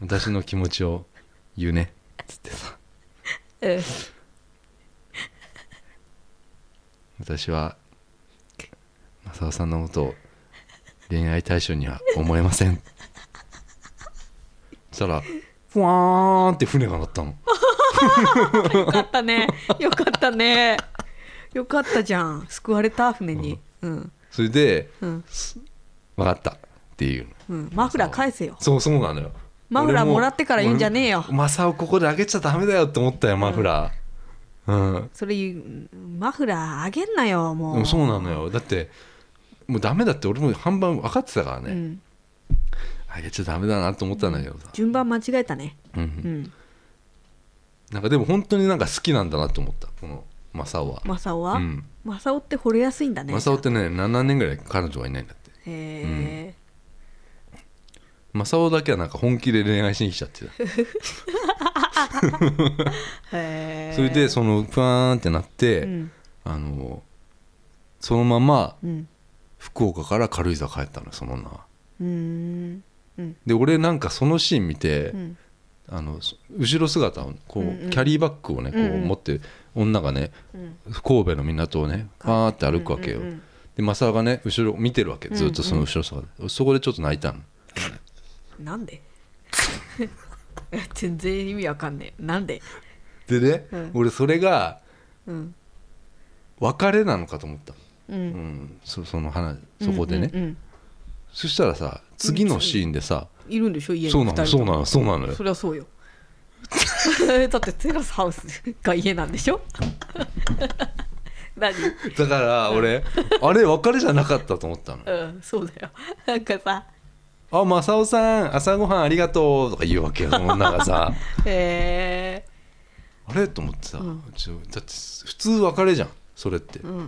S1: 私の気持ちを言うねっつってさ
S2: うん
S1: 私は正雄さんのことを恋愛対象には思えませんそしたらふわーんって船が鳴ったの
S2: よかったね よかったねよかったじゃん救われた船にうん
S1: それで
S2: うん
S1: 「分かった」っていうの
S2: うんマフラー返せよ
S1: そうそうなのよ
S2: マフラー
S1: 俺
S2: もらってから言うんじゃねえよ
S1: 俺マサをここであげちゃダメだよって思ったよマフラーうん、
S2: それ言うマフラーあげんなよも
S1: で
S2: う
S1: もそうなのよだってもうダメだって俺も半ば分かってたからね、
S2: うん
S1: あげちゃダメだなと思ったんだけどさ、
S2: 順番間違えたね
S1: うん
S2: うん
S1: なんかでも本当になんか好きなんだなと思ったこのマサオは、
S2: マサオ
S1: う
S2: は
S1: ん、
S2: マサオって惚れやすいんだね
S1: マサオってね7年ぐらい彼女がいないんだって
S2: へえ
S1: マサオだけはなんか本気で恋愛しに来ちゃってた、
S2: へえ
S1: それでそのふわーんってなって、
S2: うん
S1: あのそのまま
S2: うん
S1: 福岡から軽井沢帰ったのよその女は
S2: うーんうん
S1: で俺なんかそのシーン見て、
S2: うん
S1: あのそ後ろ姿をこう、
S2: うんうん
S1: キャリーバッグをねこ
S2: うん
S1: う
S2: うん
S1: 持って、女がね
S2: うん
S1: 神戸の港をねバーって歩くわけよ、
S2: うんうん
S1: でマサオがね後ろ見てるわけずっとその後ろ姿、そこでちょっと泣いたの
S2: うんなんで 全然意味わかんねえなんで
S1: でね、
S2: うん
S1: 俺それが
S2: うん
S1: 別れなのかと思った、
S2: う
S1: うんん、そその話そこでね、
S2: うんうんうん
S1: そしたらさ次のシーンでさ、
S2: いるんでしょ家に
S1: そうな
S2: 二
S1: の
S2: 人
S1: そう
S2: と
S1: な
S2: も
S1: のそうなのよ
S2: そりゃそうよ だってテラスハウスが家なんでしょ 何
S1: だから俺あれ別れじゃなかったと思ったの
S2: うんそうだよ なんかさ
S1: 「あマサオさん朝ごはんありがとう」とか言うわけよその女がさ
S2: え
S1: あれと思ってさ、
S2: うん
S1: ちょだって普通別れじゃんそれって
S2: ー、う、んうん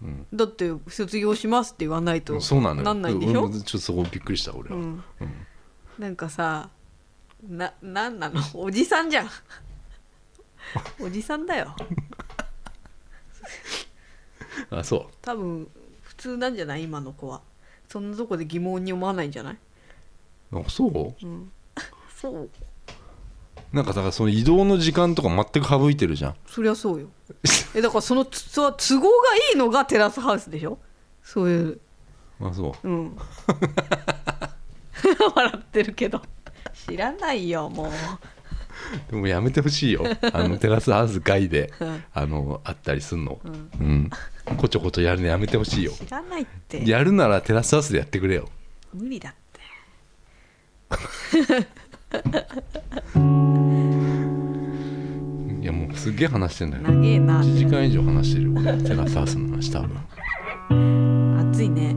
S1: う
S2: うん
S1: ん
S2: だって卒業しますって言わないと
S1: そうなのよ
S2: なんないんでしょ
S1: 俺もちょっとそこびっくりした俺
S2: う
S1: は、
S2: んなんかさななんなの おじさんじゃんおじさんだよ
S1: あそ
S2: 多分普通なんじゃない今の子はそんなとこで疑問に思わないんじゃない、
S1: うあそう
S2: うん、そう
S1: なんかだからその移動の時間とか全く省いてるじゃん
S2: そりゃそうよ えだからそのつその都合がいいのがテラスハウスでしょそういう
S1: あそう
S2: うん 笑ってるけど知らないよもう
S1: でもやめてほ しいよあのテラスハウス外で
S2: うん
S1: あのあったりすんの
S2: うん
S1: うんこちょこちょやるのやめてほしいよ
S2: 知らないって
S1: やるならテラスハウスでやってくれよ
S2: 無理だって
S1: いやもうすっげえ話してんだよ
S2: 長えな
S1: 1時間以上話してるよ俺テラスハウスの話多分
S2: 暑いね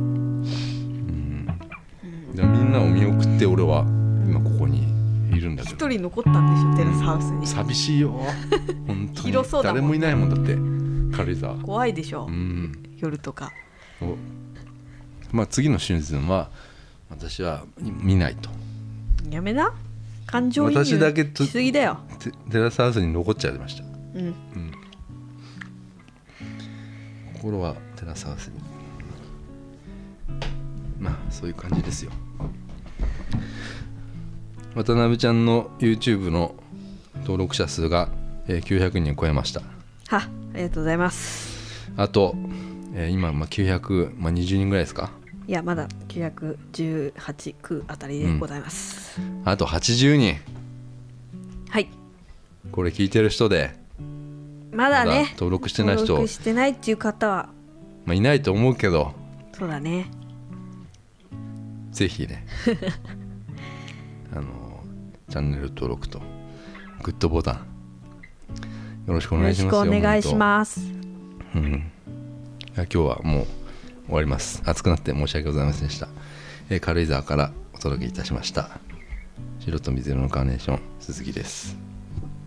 S1: じゃあみんなを見送って俺は今ここにいるんだけ
S2: 一
S1: ど
S2: 人残ったんでしょテラスハウスに
S1: 寂し いよ本当に
S2: 広そうだもん
S1: 誰もいないもんだって軽井沢
S2: 怖いでしょ、
S1: うん
S2: 夜とか
S1: おまあ次のシーズンは私は見ないと
S2: やめな感情移入
S1: 私だけと
S2: しすぎだよ
S1: テテラスハウスに残っちゃいました
S2: うん
S1: 心はテラスハウスにまあそういう感じですよ渡辺ちゃんの YouTube の登録者数がえー900人を超えました
S2: はありがとうございます
S1: あと、えー今まあ920人ぐらいですか
S2: いやまだ918区あたりでございます、
S1: あと80人
S2: はい
S1: これ聞いてる人で、
S2: まだ
S1: ま
S2: ね
S1: だ登録してない人
S2: 登録してないっていう方は
S1: まあ、いないと思うけど
S2: そうだね
S1: ぜひ ねあのチャンネル登録とグッドボタンよろしくお
S2: よ
S1: 願い
S2: ろ
S1: し
S2: し
S1: ます
S2: くお
S1: よ
S2: 願いします
S1: す、本当うん、いや今日はもう終わります暑くなって申し訳ございませんでした、えー軽井沢からお届けいたしました白と水色のカーネーション鈴木です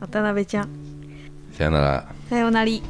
S2: 渡辺ちゃん
S1: さよなら
S2: さようなり